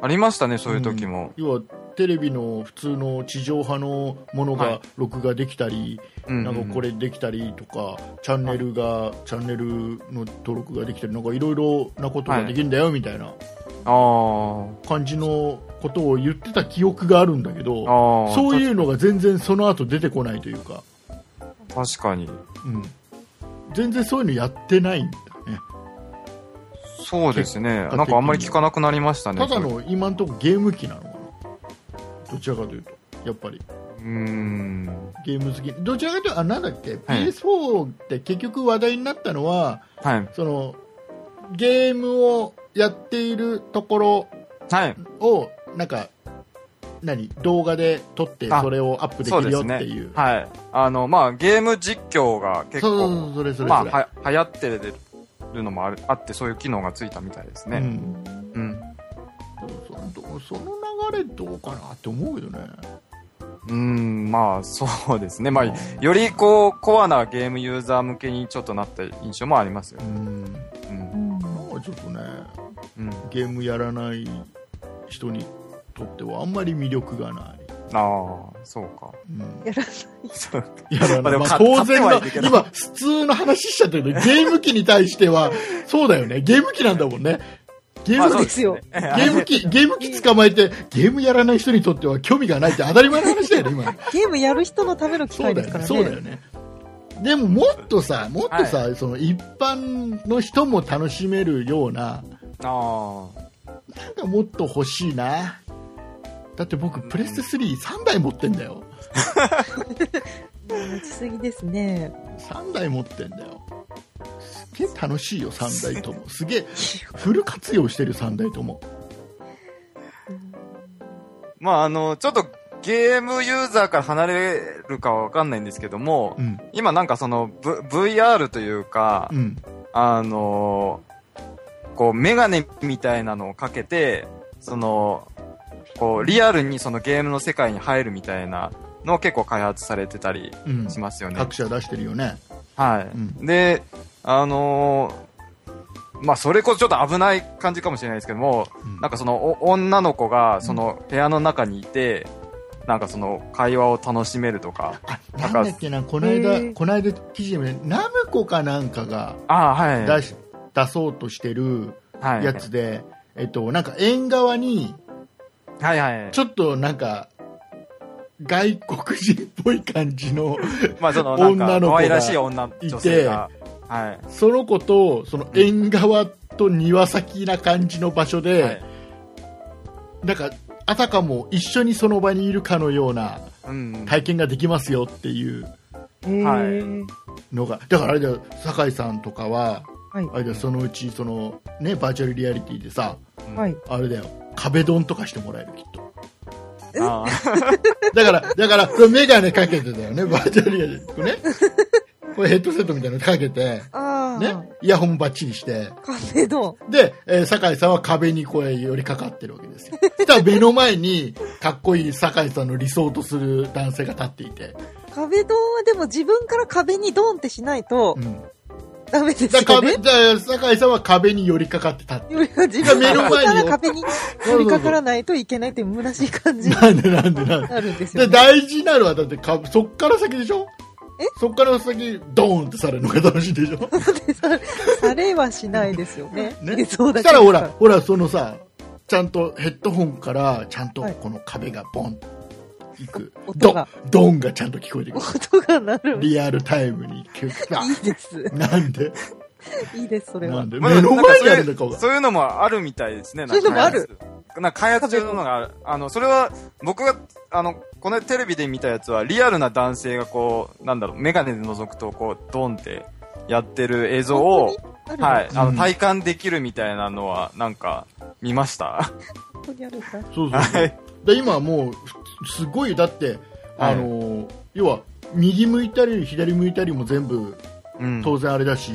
Speaker 3: ありましたね、そういう時も。
Speaker 2: 要はテレビの普通の地上波のもの
Speaker 3: は
Speaker 2: が
Speaker 3: い
Speaker 2: 録画できたり、
Speaker 3: うん
Speaker 2: なんかこれできたりとか、チャンネルが、チャンネルの登録ができたり、なんかいろいろなことができるんだよみたいな
Speaker 3: あー
Speaker 2: 感じのことを言ってた記憶があるんだけど、
Speaker 3: あー
Speaker 2: そういうのが全然その後出てこないというか、
Speaker 3: 確かに
Speaker 2: うん、全然そういうのやってないんだね。
Speaker 3: そうですね
Speaker 2: 結果的に
Speaker 3: なんかあんまり聞かなくなりましたね
Speaker 2: ただの今んとこゲーム機なのかなどちらかというとやっぱり
Speaker 3: うーん
Speaker 2: ゲーム好きどちらかというとあなんだっけ、
Speaker 3: い
Speaker 2: PS4 って結局話題になったのは
Speaker 3: はい
Speaker 2: そのゲームをやっているところ
Speaker 3: はい
Speaker 2: をなんか何動画で撮って
Speaker 3: あ
Speaker 2: それをアップで
Speaker 3: そ
Speaker 2: き
Speaker 3: う
Speaker 2: る
Speaker 3: で
Speaker 2: よ
Speaker 3: す
Speaker 2: って
Speaker 3: ね
Speaker 2: いう
Speaker 3: はいあのまあゲーム実況が結
Speaker 2: そうそう
Speaker 3: 構
Speaker 2: そうそれそれそれ、
Speaker 3: まあ、は流行ってるのもあるあって、そういう機能がついたみたいです
Speaker 2: う
Speaker 3: ね。
Speaker 2: ん
Speaker 3: うん。
Speaker 2: そうそうその流れどうかなって思うけどね
Speaker 3: うん、まあ、そうですね。まあ、よりこう、コアなゲームユーザー向けにちょっとなった印象もありますよ
Speaker 2: う。んなん
Speaker 3: うん。
Speaker 2: かちょっとね
Speaker 3: うん。
Speaker 2: ゲームやらない人にとってはあんまり魅力がない。
Speaker 3: ああ、そう か。
Speaker 2: うん
Speaker 4: やら
Speaker 3: そう
Speaker 2: やらな
Speaker 3: まあ
Speaker 2: いま
Speaker 3: でも
Speaker 2: あ
Speaker 3: 買
Speaker 2: 当然
Speaker 3: 買
Speaker 2: だ
Speaker 3: ってはいるけ。ど
Speaker 2: 今、普通の話しちゃったけど、ゲーム機に対しては、そうだよね。ゲーム機なんだもんね。ゲー
Speaker 3: まあ
Speaker 2: ム
Speaker 3: そう
Speaker 2: 機、
Speaker 4: ですよ。
Speaker 2: ゲーム機、ゲーム機捕まえて、ゲームやらない人にとっては興味がないって当たり前の話だよね、今。
Speaker 4: ゲームやる人のための機
Speaker 2: そう
Speaker 4: 会
Speaker 2: だ
Speaker 4: で
Speaker 2: よ
Speaker 4: すから
Speaker 2: ね。
Speaker 4: ね。
Speaker 2: そうだよね。でも、もっとさ、もっとさ、その一般の人も楽しめるような、
Speaker 3: ああ。
Speaker 2: なんかもっと欲しいな。だって僕、プレステ33台持ってんだよ。
Speaker 4: 持ちすぎですね。
Speaker 2: 3台持ってんだよすげえ楽しいよ3台ともすげえフル活用してる3台とも
Speaker 3: まあ、あの、ちょっと、ゲームユーザーから離れるかはわかんないんですけども、
Speaker 2: うん
Speaker 3: 今なんかその、v、VR というか、
Speaker 2: うん
Speaker 3: あのーこう、メガネみたいなのをかけて、その、こう、リアルにそのゲームの世界に入るみたいなのを結構開発されてたり
Speaker 2: うん
Speaker 3: しますよね。
Speaker 2: 各社出してるよね
Speaker 3: はい。
Speaker 2: う
Speaker 3: で、あのーまあ、それこそちょっと危ない感じかもしれないですけども、
Speaker 2: うん
Speaker 3: なんかその、お女の子が、その、部屋の中にいて、なんかその、会話を楽しめるとか。
Speaker 2: あなんだっけなこの間
Speaker 4: へー
Speaker 2: この間記事でもねナムコかなんかが
Speaker 3: ああ、はい。
Speaker 2: 出し出そうとしてる
Speaker 3: はい。
Speaker 2: やつで、えっと、なんか縁側に
Speaker 3: はいはい。
Speaker 2: ちょっとなんか外国人っぽい感じ の
Speaker 3: まあ、その、なん
Speaker 2: 女の
Speaker 3: か、
Speaker 2: 子
Speaker 3: 可
Speaker 2: が
Speaker 3: 愛らしい女、女性が。はい。
Speaker 2: その子とその縁側と庭先な感じの場所で、
Speaker 3: はい
Speaker 2: なんかあたかも一緒にその場にいるかのような
Speaker 3: うん。
Speaker 2: 体験ができますよっていう
Speaker 4: へ
Speaker 3: はい
Speaker 4: ー
Speaker 2: のがだからあれだよ酒井さんとかは
Speaker 4: はい。
Speaker 2: あれだよそのうちその、ね、バーチャルリアリティでさ
Speaker 4: はい。
Speaker 2: あれだよ壁ドンとかしてもらえるきっと
Speaker 3: あー
Speaker 2: だからだからこれ眼鏡かけてだよねバーチャルリアリティこれねこれヘッドセットみたいなのかけて、
Speaker 4: ああ。
Speaker 2: ね、イヤホンばっちりして
Speaker 4: カフェドン。
Speaker 2: で、えー酒井さんは壁にこれ寄りかかってるわけですよ。そしたら目の前にかっこいい酒井さんの理想とする男性が立っていて。
Speaker 4: 壁ドンはでも自分から壁にドンってしないと
Speaker 2: うん。
Speaker 4: ダメです
Speaker 2: だから
Speaker 4: よね
Speaker 2: 壁、。だから酒井さんは壁に寄りかかって立って。
Speaker 4: よりは自分
Speaker 2: 目の
Speaker 4: か
Speaker 2: 前に
Speaker 4: ら壁に寄りかからないといけないっていう虚しい感じに
Speaker 2: なんでなんでなんで。
Speaker 4: なるんですよ
Speaker 2: で、
Speaker 4: ね。
Speaker 2: 大事なのはだってか、そっから先でしょ
Speaker 4: え
Speaker 2: そっから先、ドーンってされるのが楽しいでしょ
Speaker 4: されはしないですよね。
Speaker 2: ね。
Speaker 4: そうだ
Speaker 2: した
Speaker 4: け
Speaker 2: ら
Speaker 4: ど
Speaker 2: ほら、ほら、そのさ、ちゃんとヘッドホンから、ちゃんと
Speaker 4: はい
Speaker 2: この壁がボンといく。
Speaker 4: 音が
Speaker 2: ドン、ドンがちゃんと聞こえてくる。
Speaker 4: 音が鳴る。い
Speaker 2: リアルタイムに聞こえてくる。
Speaker 4: い です。
Speaker 2: なんで
Speaker 4: いいです、それ
Speaker 2: な
Speaker 4: は
Speaker 2: ん。で
Speaker 3: まあ
Speaker 2: 目の前にあ
Speaker 3: な
Speaker 2: る
Speaker 3: ん
Speaker 2: ん
Speaker 3: か
Speaker 2: だ
Speaker 3: そ
Speaker 2: 顔
Speaker 3: ういう
Speaker 2: が。
Speaker 3: そういうのもあるみたいですね。
Speaker 4: そういうのもある
Speaker 3: なんか開発中ののがあるあの、それは、僕が、あの、このテレビで見たやつは、リアルな男性がこう、なんだろう、メガネで覗くと、こう、ドンってやってる映像を、
Speaker 4: ある
Speaker 3: はい、あ
Speaker 2: う
Speaker 3: の、
Speaker 2: ん
Speaker 3: 体感できるみたいなのは、なんか、見ました。
Speaker 4: 本当にあるんだ。
Speaker 2: そうそうそ
Speaker 3: は
Speaker 2: う。
Speaker 3: い。
Speaker 2: で今はもうふすごいだってあのー要は右向いたり左向いたりも全部
Speaker 3: うん。
Speaker 2: 当然あれだし、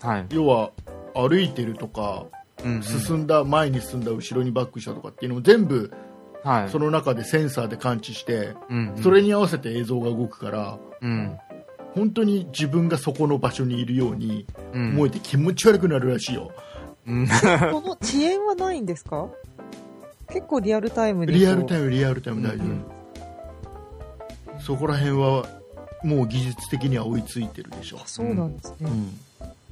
Speaker 3: はい。
Speaker 2: 要は歩いてるとか
Speaker 3: うん
Speaker 2: 進んだ前に進んだ後ろにバックしたとかっていうのも全部
Speaker 3: はい。
Speaker 2: その中でセンサーで感知して
Speaker 3: うん
Speaker 2: そ、れに合わせて映像が動くから
Speaker 3: うん。
Speaker 2: 本当に自分がそこの場所にいるように
Speaker 3: うん。
Speaker 2: 思えて気持ち悪くなるらしいよ。
Speaker 3: うん、
Speaker 4: この遅延はないんですか結構リアルタイムでこう。
Speaker 2: リアルタイム、リアルタイム、大丈
Speaker 3: うん
Speaker 2: 夫。そこら辺は、もう技術的には追いついてるでしょ
Speaker 4: あ。そうなんです
Speaker 2: う
Speaker 4: ね。
Speaker 2: ん。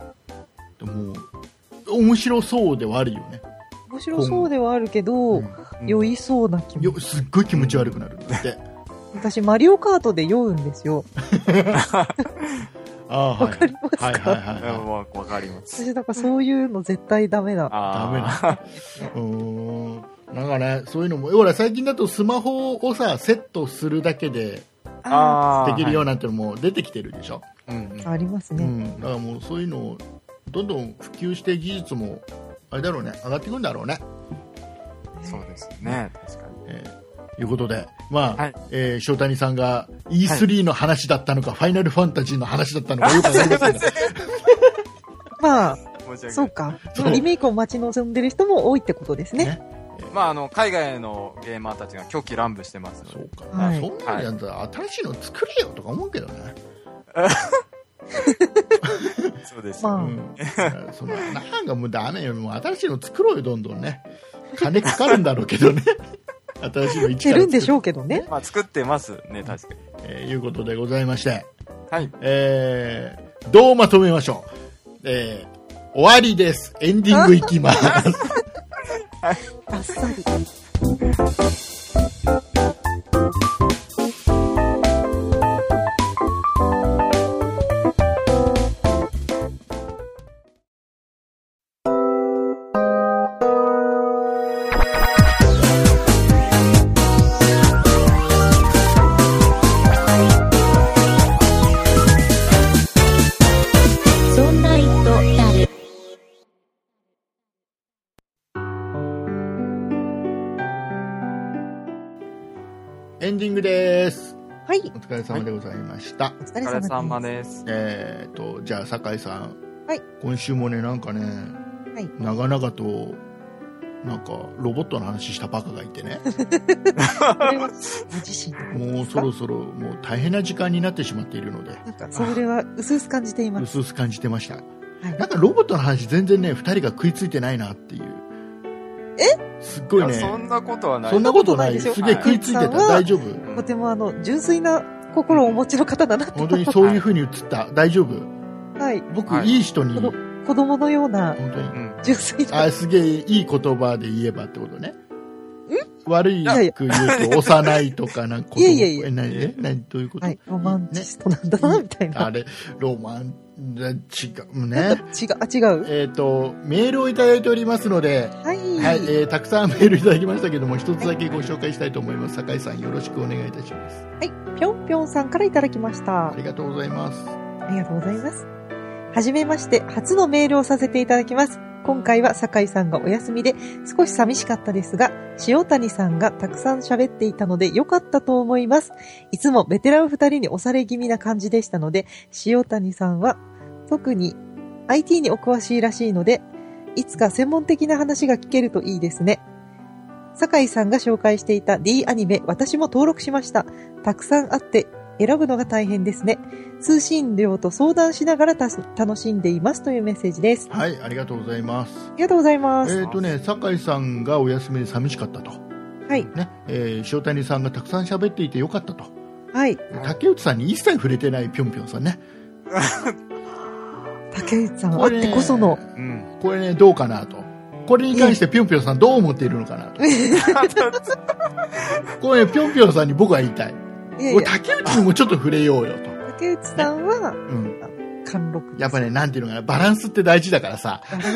Speaker 2: でも、面白そうではあるよね。
Speaker 4: 面白そうではあるけど、
Speaker 3: うん
Speaker 4: 酔いそうな気も
Speaker 2: よ。すっごい気持ち悪くなるんだって。
Speaker 4: 私、マリオカートで酔うんですよ。
Speaker 2: ああ、はい。わかりますはいはい
Speaker 3: うん
Speaker 2: はいはい。
Speaker 3: わわかります。
Speaker 4: 私、だからそういうの絶対ダメだ。
Speaker 2: ダ
Speaker 3: あ
Speaker 2: メ
Speaker 3: ー
Speaker 2: な。うーん。なんかね、そういうのも、ほら、最近だとスマホをさ、セットするだけで
Speaker 4: あ
Speaker 3: あ
Speaker 2: で
Speaker 3: ー。
Speaker 2: きるようなんてのも出てきてるでしょ。
Speaker 3: はいうんうん
Speaker 4: ーあります
Speaker 2: う
Speaker 4: ね。
Speaker 2: ん。だからもう、そういうのを、どんどん普及して技術も、あれだろうね、上がっていくんだろうね。
Speaker 3: そうですね。確かに。
Speaker 2: えーいうことで、まあ、
Speaker 3: はい
Speaker 2: えー塩谷さんが E3 の話だったのか、ファイナルファンタジーの話だったのかよくわかりませんが、
Speaker 4: まあ、
Speaker 3: 申し訳
Speaker 4: そう
Speaker 3: ない。
Speaker 4: か
Speaker 2: そう。
Speaker 4: リメイクを待ち望んでる人も多いってことです
Speaker 2: ね
Speaker 4: ね。
Speaker 3: まあ、あの、海外のゲーマーたちが狂喜乱舞してますので
Speaker 2: そうか、
Speaker 4: はい
Speaker 2: まあそんなのやったら新しいの作れよとか思うけどね。
Speaker 3: そうですよ。
Speaker 4: まあ、
Speaker 2: うん、そのなんかもうダメよ、もう新しいの作ろうよ、どんどんね。金かかるんだろうけどね。新しいの一
Speaker 4: て
Speaker 2: から
Speaker 4: るんでしょ
Speaker 2: う。
Speaker 4: うけどね。
Speaker 3: まあ、作ってますね、確かに。
Speaker 2: えーいうことでございまして、
Speaker 3: はい。
Speaker 2: えーどうまとめましょう。えー終わりです。エンディングいきます。
Speaker 4: あっさり。
Speaker 1: そんな糸だる。
Speaker 2: エンディングです。
Speaker 4: はい
Speaker 2: お。疲れ様でございました。
Speaker 4: お疲
Speaker 3: お
Speaker 4: れ
Speaker 3: 疲れ
Speaker 4: 様
Speaker 3: 様
Speaker 4: で
Speaker 3: です。
Speaker 4: す。
Speaker 2: えー、とじゃあ酒井さん、
Speaker 4: はい
Speaker 2: 今週もねなんかね、
Speaker 4: はい
Speaker 2: 長々となんかロボットの話したバカがいて ね
Speaker 4: これは、ご自身のこと
Speaker 2: もう
Speaker 4: です
Speaker 2: そ
Speaker 4: か
Speaker 2: ろそろもう大変な時間になってしまっているので
Speaker 4: なんか、それは、薄々感じています。
Speaker 2: 薄々感じてました
Speaker 4: はい
Speaker 2: なんかロボットの話全然ね2人が食いついてないなっていうえすっごい
Speaker 3: い
Speaker 2: ね
Speaker 3: やそんなことはない。
Speaker 2: そんなことない
Speaker 4: そ
Speaker 2: す
Speaker 4: ん
Speaker 2: げえ
Speaker 3: なこと
Speaker 2: 食
Speaker 3: ない
Speaker 4: いで
Speaker 2: つ
Speaker 4: す
Speaker 2: い
Speaker 4: よ
Speaker 2: てた
Speaker 4: はい
Speaker 2: 大丈夫
Speaker 4: とてもあの、純粋な心をお持ちの方だなと。
Speaker 2: 本当にそういう風に映った大丈夫
Speaker 4: はい。
Speaker 2: 僕、
Speaker 3: はい
Speaker 2: い、い人に
Speaker 4: この
Speaker 2: 本
Speaker 4: 子供のような
Speaker 2: 当に
Speaker 3: うん。うん
Speaker 4: 純粋な。
Speaker 2: あすげえいい言葉で言えばってことね。悪いく言うと、幼いとか、なんか、
Speaker 4: いやいやいや
Speaker 2: え何え何どういうこと、
Speaker 4: はい。ロマンチストなんだな、みたい
Speaker 2: あ
Speaker 4: な。
Speaker 2: れ、ロマン、違う
Speaker 4: なん
Speaker 2: ね
Speaker 4: か。 違う、あ、違う。
Speaker 2: えっ、と、メールをいただいておりますので、
Speaker 4: はい。
Speaker 2: はい、えーたくさんメールいただきましたけども、一つだけご紹介したいと思います。酒井さん、よろしくお願いいたします。
Speaker 4: ぴょんぴょんさんからいただきました
Speaker 2: あ。りがとうございます。
Speaker 4: ありがとうございます。はじめまして、初のメールをさせていただきます。今回は酒井さんがお休みで少し寂しかったですが、塩谷さんがたくさん喋っていたので良かったと思います。いつもベテラン二人に押され気味な感じでしたので、塩谷さんは特に IT にお詳しいらしいので、いつか専門的な話が聞けるといいですね。酒井さんが紹介していた D アニメ、私も登録しました。たくさんあって選ぶのが大変ですね。通信料と相談しながらたす楽しんでいますというメッセージです。あ
Speaker 2: はい、ありがとうございます。
Speaker 4: りがとうございま
Speaker 2: えっ、
Speaker 4: す。
Speaker 2: とね、酒井さんがお休みで寂しかったと。
Speaker 4: はい。
Speaker 2: ね、えー塩谷さんがたくさん喋っていてよかったと。
Speaker 4: はい。
Speaker 2: 竹内さんに一切触れてないぴょんぴょんさんね。
Speaker 4: 竹内さんあってこその、
Speaker 3: うん。
Speaker 2: これね、どうかなと。これに関してぴょんぴょんさんどう思っているのかなと。これね、ぴょんぴょんさんに僕は言いたい。
Speaker 4: いやい
Speaker 2: 俺
Speaker 4: や、
Speaker 2: 竹内にもちょっと触れようよと。
Speaker 4: 竹内さんは
Speaker 2: うん。
Speaker 4: 貫禄です。
Speaker 2: やっぱね、なんていうのかな、バランスって大事だからさ。
Speaker 4: あれ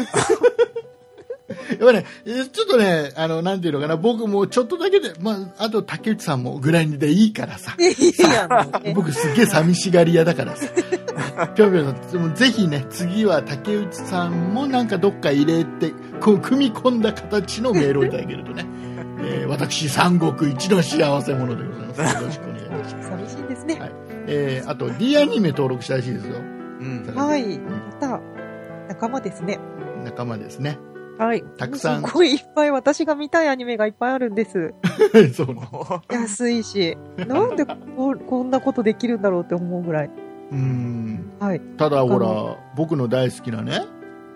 Speaker 2: やっぱね、えーちょっとね、あの、なんていうのかな、僕もちょっとだけで、まあ、あと竹内さんもぐらいでいいからさ。
Speaker 4: いやいや、あのね
Speaker 2: 僕すっげえ寂しがり屋だからさ。ぴょんぴょんさんでも、ぜひね、次は竹内さんもなんかどっか入れて、こう、組み込んだ形のメールをいただけるとね、えー私、三国一の幸せ者でございます。よろしくお願いいたします。
Speaker 4: 寂しいですね。
Speaker 2: えーあと、D アニメ登録したらしいですよ。
Speaker 3: うん。
Speaker 4: はい。
Speaker 2: ん
Speaker 4: また、仲間ですね。
Speaker 2: 仲間ですね。
Speaker 4: はい。
Speaker 2: たくさん
Speaker 4: すごいいっぱい私が見たいアニメがいっぱいあるんです。
Speaker 2: そうね
Speaker 4: 安いし。なんでここんなことできるんだろうって思うぐらい。
Speaker 2: うん。
Speaker 4: はい。
Speaker 2: ただ、ほ
Speaker 4: 他
Speaker 2: ら、僕の大好きなね、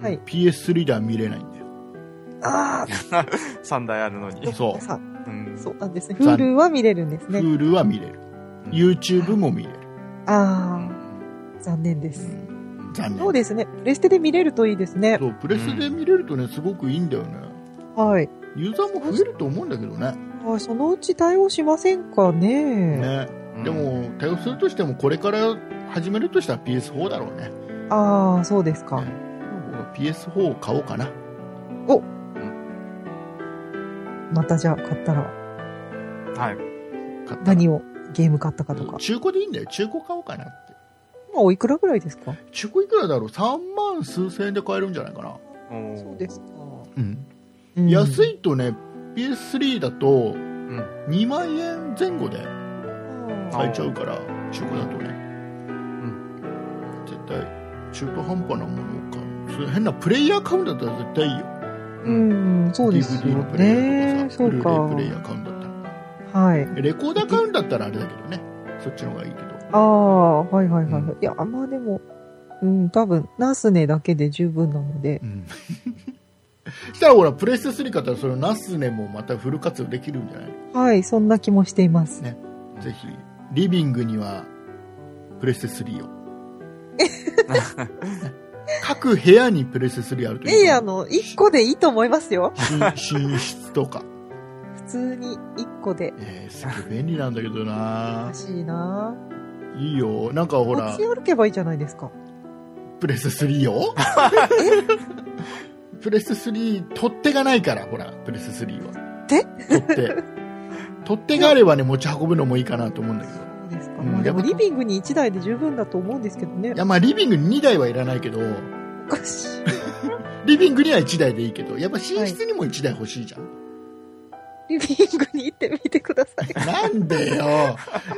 Speaker 4: はい
Speaker 2: PS3 では見れないんだよ。
Speaker 4: な
Speaker 3: 3台あるのに。
Speaker 2: そう
Speaker 4: さ
Speaker 3: うん
Speaker 4: そうなんですね。
Speaker 2: 残
Speaker 4: Hulu は見れるんですね。
Speaker 2: Hulu は見れる。YouTube も見れる。
Speaker 3: う
Speaker 4: あ
Speaker 3: ん
Speaker 4: あ、残念で
Speaker 2: う
Speaker 4: す。
Speaker 2: ん残念。
Speaker 4: そうですね。プレステで見れるといいですね。
Speaker 2: そうプレスで見れるとね、すごくいいんだよね。
Speaker 4: はい。
Speaker 2: ユーザーも増えると思うんだけどね。
Speaker 4: あそのうち対応しませんかね。
Speaker 2: ね。で、も、対応するとしても、これから始めるとしたら PS4 だろうね。
Speaker 4: ああ、そうですか。
Speaker 2: ね PS4 を買おうかな。
Speaker 4: またじゃあ買ったら
Speaker 3: うんは
Speaker 2: 買
Speaker 3: い。
Speaker 2: ったら
Speaker 4: 何をゲーム買ったかとか。ま
Speaker 2: 中古でいいんだよ。中古買おうかなって。
Speaker 4: あ、おいくらぐらいですか
Speaker 2: 中古いくらだろう ?3 万数千円で買えるんじゃないかな。
Speaker 3: おー
Speaker 4: そうですか。
Speaker 2: うん。
Speaker 4: うん
Speaker 2: 安いとね、PS3 だと、
Speaker 3: ん
Speaker 2: 2万円前後で
Speaker 4: あ
Speaker 2: 買えちゃうから、中古だとね。絶対、中途半端なものを買う。それ変なプレイヤー買うんだったら絶対いいよ。
Speaker 4: ー。う
Speaker 3: うん
Speaker 4: ん、そうですよ
Speaker 2: DVD のプレイヤ
Speaker 4: ね
Speaker 2: ー。とかさ、
Speaker 4: そう
Speaker 2: ブルーレイ
Speaker 4: か
Speaker 2: プ。レイヤー買うんだったら。
Speaker 4: はい。
Speaker 2: レコーダー買うんだったらあれだけどね。そっちの方がいいけど。
Speaker 4: ああ、はいはいはい。は
Speaker 2: う
Speaker 4: いいや、まあでも、うん、多分、ナスネだけで十分なので。
Speaker 2: うん。したらほら、プレステ3買ったら、そのナスネもまたフル活用できるんじゃない
Speaker 4: はい、そんな気もしています。
Speaker 2: ねぜひ、リビングには、プレステ3を。各部屋にプレステ3あると
Speaker 4: いやい
Speaker 2: い
Speaker 4: や、
Speaker 2: う
Speaker 4: あの、一個でいいと思いますよ。
Speaker 2: 寝寝室とか。
Speaker 4: 普通に一個で。
Speaker 2: えー、すごい便利なんだけどな
Speaker 4: らしいない
Speaker 2: いよ。なんかほ
Speaker 4: 持
Speaker 2: ら
Speaker 4: ち、歩けばいいじゃないですか。
Speaker 2: プレステ3よプレステ3、取っ手がないから、ほら、プレステ3は。
Speaker 4: 手
Speaker 2: 取っ手。取っ手があればね、持ち運ぶのもいいかなと思うんだけど。
Speaker 4: そうですか。
Speaker 2: うん
Speaker 4: まあでも
Speaker 2: やっ
Speaker 4: リ
Speaker 2: ぱ
Speaker 4: ビングに1台で十分だと思うんですけどね
Speaker 2: い。や、まあ、リビングに2台はいらないけど、
Speaker 4: おかしい。
Speaker 2: リビングには1台でいいけど、やっぱ寝室にも1台欲しいじゃん。
Speaker 4: リビングに行ってみてく ださい。
Speaker 2: なんでよ。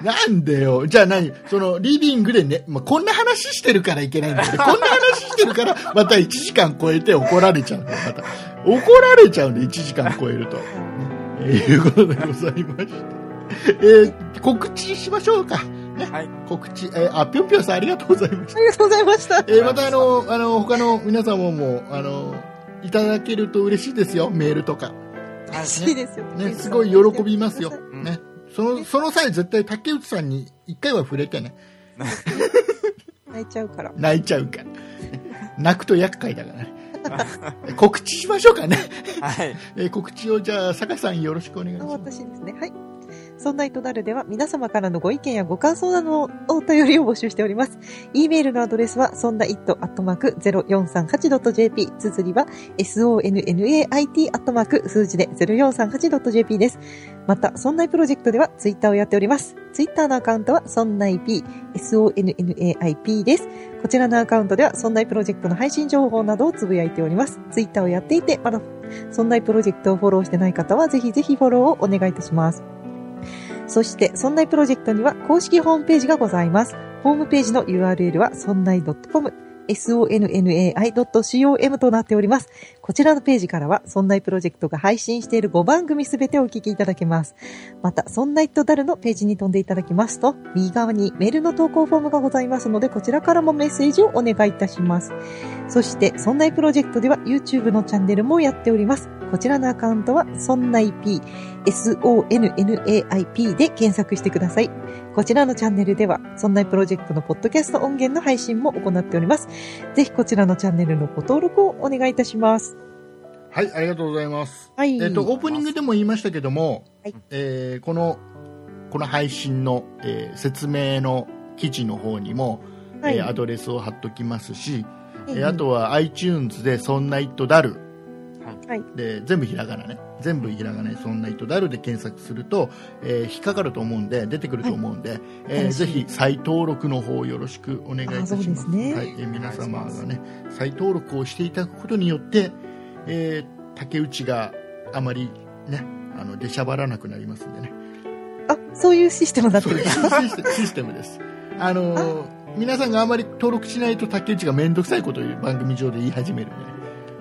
Speaker 2: なんでよ。じゃあ何その、リビングでね、まあ、こんな話してるからいけないんだ けど、こんな話してるから、また1時間超えて怒られちゃうんだよ、また。怒られちゃうんで、1時間超えると。えーいうことでございまして。えー告知しましょうか。ね
Speaker 3: はい
Speaker 2: 告知、えーあ、ぴょんぴょんさんありがとうございました。
Speaker 4: ありがとうございました。
Speaker 2: えーまたあの、あの、他の皆様も、あの、いただけると嬉しいですよ、メールとか。
Speaker 4: 嬉しいですよ。
Speaker 2: ね、すごい喜びますよ。
Speaker 3: ん
Speaker 2: ね。その、その際絶対竹内さんに一回は触れてね、
Speaker 4: 泣いちゃうから。
Speaker 2: 泣いちゃうから。泣くと厄介だから ね。告知しましょうかね。
Speaker 3: はい。
Speaker 2: えー告知をじゃあ、坂井さんよろしくお願いし
Speaker 4: あ
Speaker 2: ます。
Speaker 4: 私ですね。はい。そんな糸だるでは皆様からのご意見やご感想などのお便りを募集しております。e メールのアドレスは、そんな it アットマーク 0438.jp、綴りは sonnait アットマーク数字で 0438.jp です。また、そんないプロジェクトではツイッターをやっております。ツイッターのアカウントは、そんない p、sonnaip です。こちらのアカウントでは、そんないプロジェクトの配信情報などをつぶやいております。ツイッターをやっていて、まだそんないプロジェクトをフォローしてない方は、ぜひぜひフォローをお願いいたします。そして、そんないプロジェクトには公式ホームページがございます。ホームページの URL は、そんない .com、sonnai.com となっております。こちらのページからは、そんないプロジェクトが配信している5番組すべてお聞きいただけます。また、そんないとだるのページに飛んでいただきますと、右側にメールの投稿フォームがございますので、こちらからもメッセージをお願いいたします。そして、そんないプロジェクトでは YouTube のチャンネルもやっております。こちらのアカウントは、そんない P、sonnaip で検索してください。こちらのチャンネルでは、そんないプロジェクトのポッドキャスト音源の配信も行っております。ぜひこちらのチャンネルのご登録をお願いいたします。
Speaker 2: はい、ありがとうございます。
Speaker 4: はい。
Speaker 2: えっと、オープニングでも言いましたけども、
Speaker 4: はい
Speaker 2: えーこの、この配信の、えー説明の記事の方にも、
Speaker 4: はい
Speaker 2: えーアドレスを貼っときますし、
Speaker 4: え
Speaker 2: えーあとは iTunes で「そんな一途だる」
Speaker 4: はい
Speaker 2: で全部ひらがなね全部ひらがなで「そんな一途だる」で検索すると、えー引っかかると思うんで出てくると思うんで、えー
Speaker 4: 楽し
Speaker 2: ぜ
Speaker 4: い
Speaker 2: ひ再登録の方よろしくお願いいたし
Speaker 4: あそうで
Speaker 2: ます
Speaker 4: すね
Speaker 2: はいえー皆様がね再登録をしていただくことによって、えー竹内があまりねあの出しゃばらなくなりますんでね
Speaker 4: あ、そういうシステムだった
Speaker 2: そ
Speaker 4: ん
Speaker 2: うい
Speaker 4: で
Speaker 2: う
Speaker 4: す。
Speaker 2: システムシステムです。あのー皆さんがあまり登録しないと竹内が面倒くさいことを番組上で言い始めるん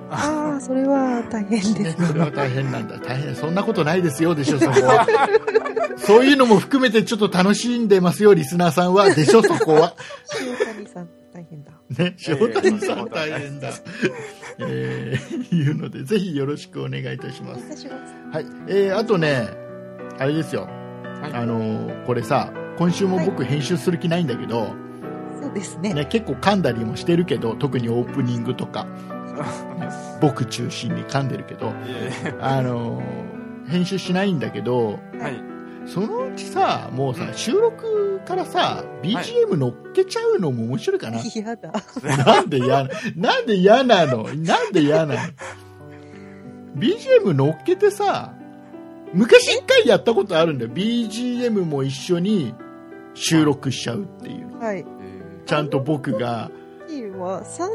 Speaker 4: ああ、それは大変
Speaker 2: で、
Speaker 4: で
Speaker 2: ね、
Speaker 4: す。
Speaker 2: それは大変なんだ大変そんなことないですよでしょそこはそういうのも含めてちょっと楽しんでますよリスナーさんはでしょそこは
Speaker 4: 塩谷さん、大変だ。
Speaker 2: ね塩谷さん大変だえーいうので、ぜひよろしくお願いいたします。
Speaker 4: 私が
Speaker 2: はい、えーあとね、あれですよ、あのーこれさ、今週も僕、編集する気ないんだけど、
Speaker 4: そうですね。
Speaker 2: ね、結構噛んだりもしてるけど、特にオープニングとか、ね僕中心に噛んでるけど、
Speaker 3: いえい
Speaker 2: あのー編集しないんだけど、
Speaker 3: えはい。
Speaker 2: そのうちさ、もうさ、収録からさ、BGM 乗っけちゃうのも面白いかな。
Speaker 4: 嫌だ。
Speaker 2: なんで嫌な、なんで嫌なのなんで嫌なの ?BGM 乗っけてさ、昔一回やったことあるんだよ。BGM も一緒に収録しちゃうっていう。
Speaker 4: はい。
Speaker 2: ちゃんと僕が、
Speaker 4: チームは3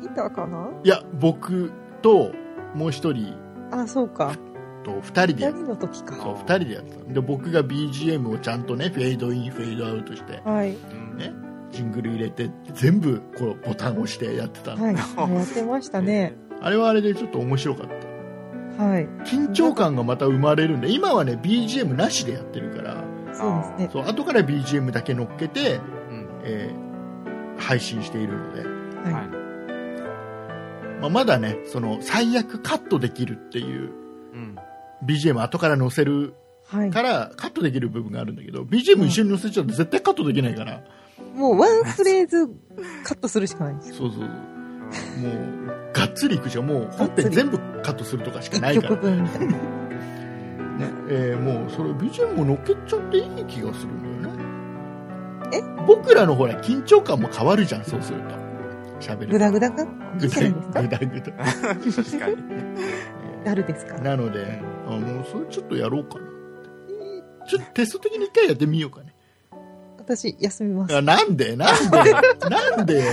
Speaker 4: 人いたかない
Speaker 2: や、僕と、もう一人
Speaker 4: あ、そうか。
Speaker 2: と二人でや
Speaker 4: 2
Speaker 2: る。
Speaker 4: 人の時か。
Speaker 2: そう、二人でやってたの。で、僕が BGM をちゃんとね、フェードイン、フェードアウトして、
Speaker 4: はい。
Speaker 3: うん
Speaker 2: ね、ジングル入れて、全部、このボタンを押してやってたの。
Speaker 4: はい。やってまし たね。
Speaker 2: あれはあれでちょっと面白かった。
Speaker 4: はい。
Speaker 2: 緊張感がまた生まれるんで今はね BGM なしでやってるから
Speaker 4: そうですね。
Speaker 2: そう後から BGM だけ乗っけて、
Speaker 3: うん
Speaker 2: えー配信しているので、
Speaker 4: はい
Speaker 3: はい
Speaker 2: まあ、まだねその最悪カットできるっていう
Speaker 3: うん。
Speaker 2: BGM 後から載せる
Speaker 4: はい。
Speaker 2: からカットできる部分があるんだけど BGM 一緒に載せちゃうと絶対カットできないから、
Speaker 4: もうワンフレーズカットするしかないです。
Speaker 2: そうそうそうもうがっつりいくじゃんもう本編全部カットするとかしかない
Speaker 4: 1
Speaker 2: か
Speaker 4: 曲
Speaker 2: ら、
Speaker 4: 分みたいな。
Speaker 2: ねえーもうそれ BGM も乗っけちゃっていい気がするんだよね
Speaker 4: え
Speaker 2: 僕らのほら緊張感も変わるじゃんそうすると喋る
Speaker 4: グダグダか
Speaker 2: ぐ
Speaker 4: じゃないですか
Speaker 2: ぐだぐだ
Speaker 3: 確かに。
Speaker 4: なるですか
Speaker 2: なのであもうそれちょっとやろうかなってちょっとテスト的に一回やってみようかね
Speaker 4: 私、休みます
Speaker 2: あ。なんでなんでなんでよ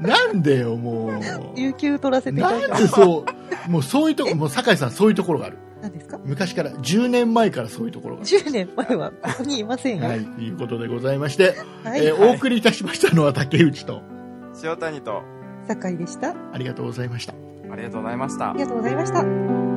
Speaker 2: なんでよも
Speaker 4: 有
Speaker 2: う
Speaker 4: 給取らせていた
Speaker 2: な
Speaker 4: だい
Speaker 2: ん
Speaker 4: た
Speaker 2: でそうもうそういうとこもう酒井さんそういうところがある
Speaker 4: 何ですか
Speaker 2: 昔から10年前からそういうところがある
Speaker 4: ?10 年前はここにいませんよ。
Speaker 2: は、
Speaker 4: はいい。
Speaker 2: ということでございまして、えー
Speaker 3: はい
Speaker 2: お送りいたしましたのは竹内と、
Speaker 3: 塩谷と、
Speaker 4: 酒井でした。あ
Speaker 2: ありがとうございました。
Speaker 3: ありがとうございました
Speaker 4: り。がとうございました。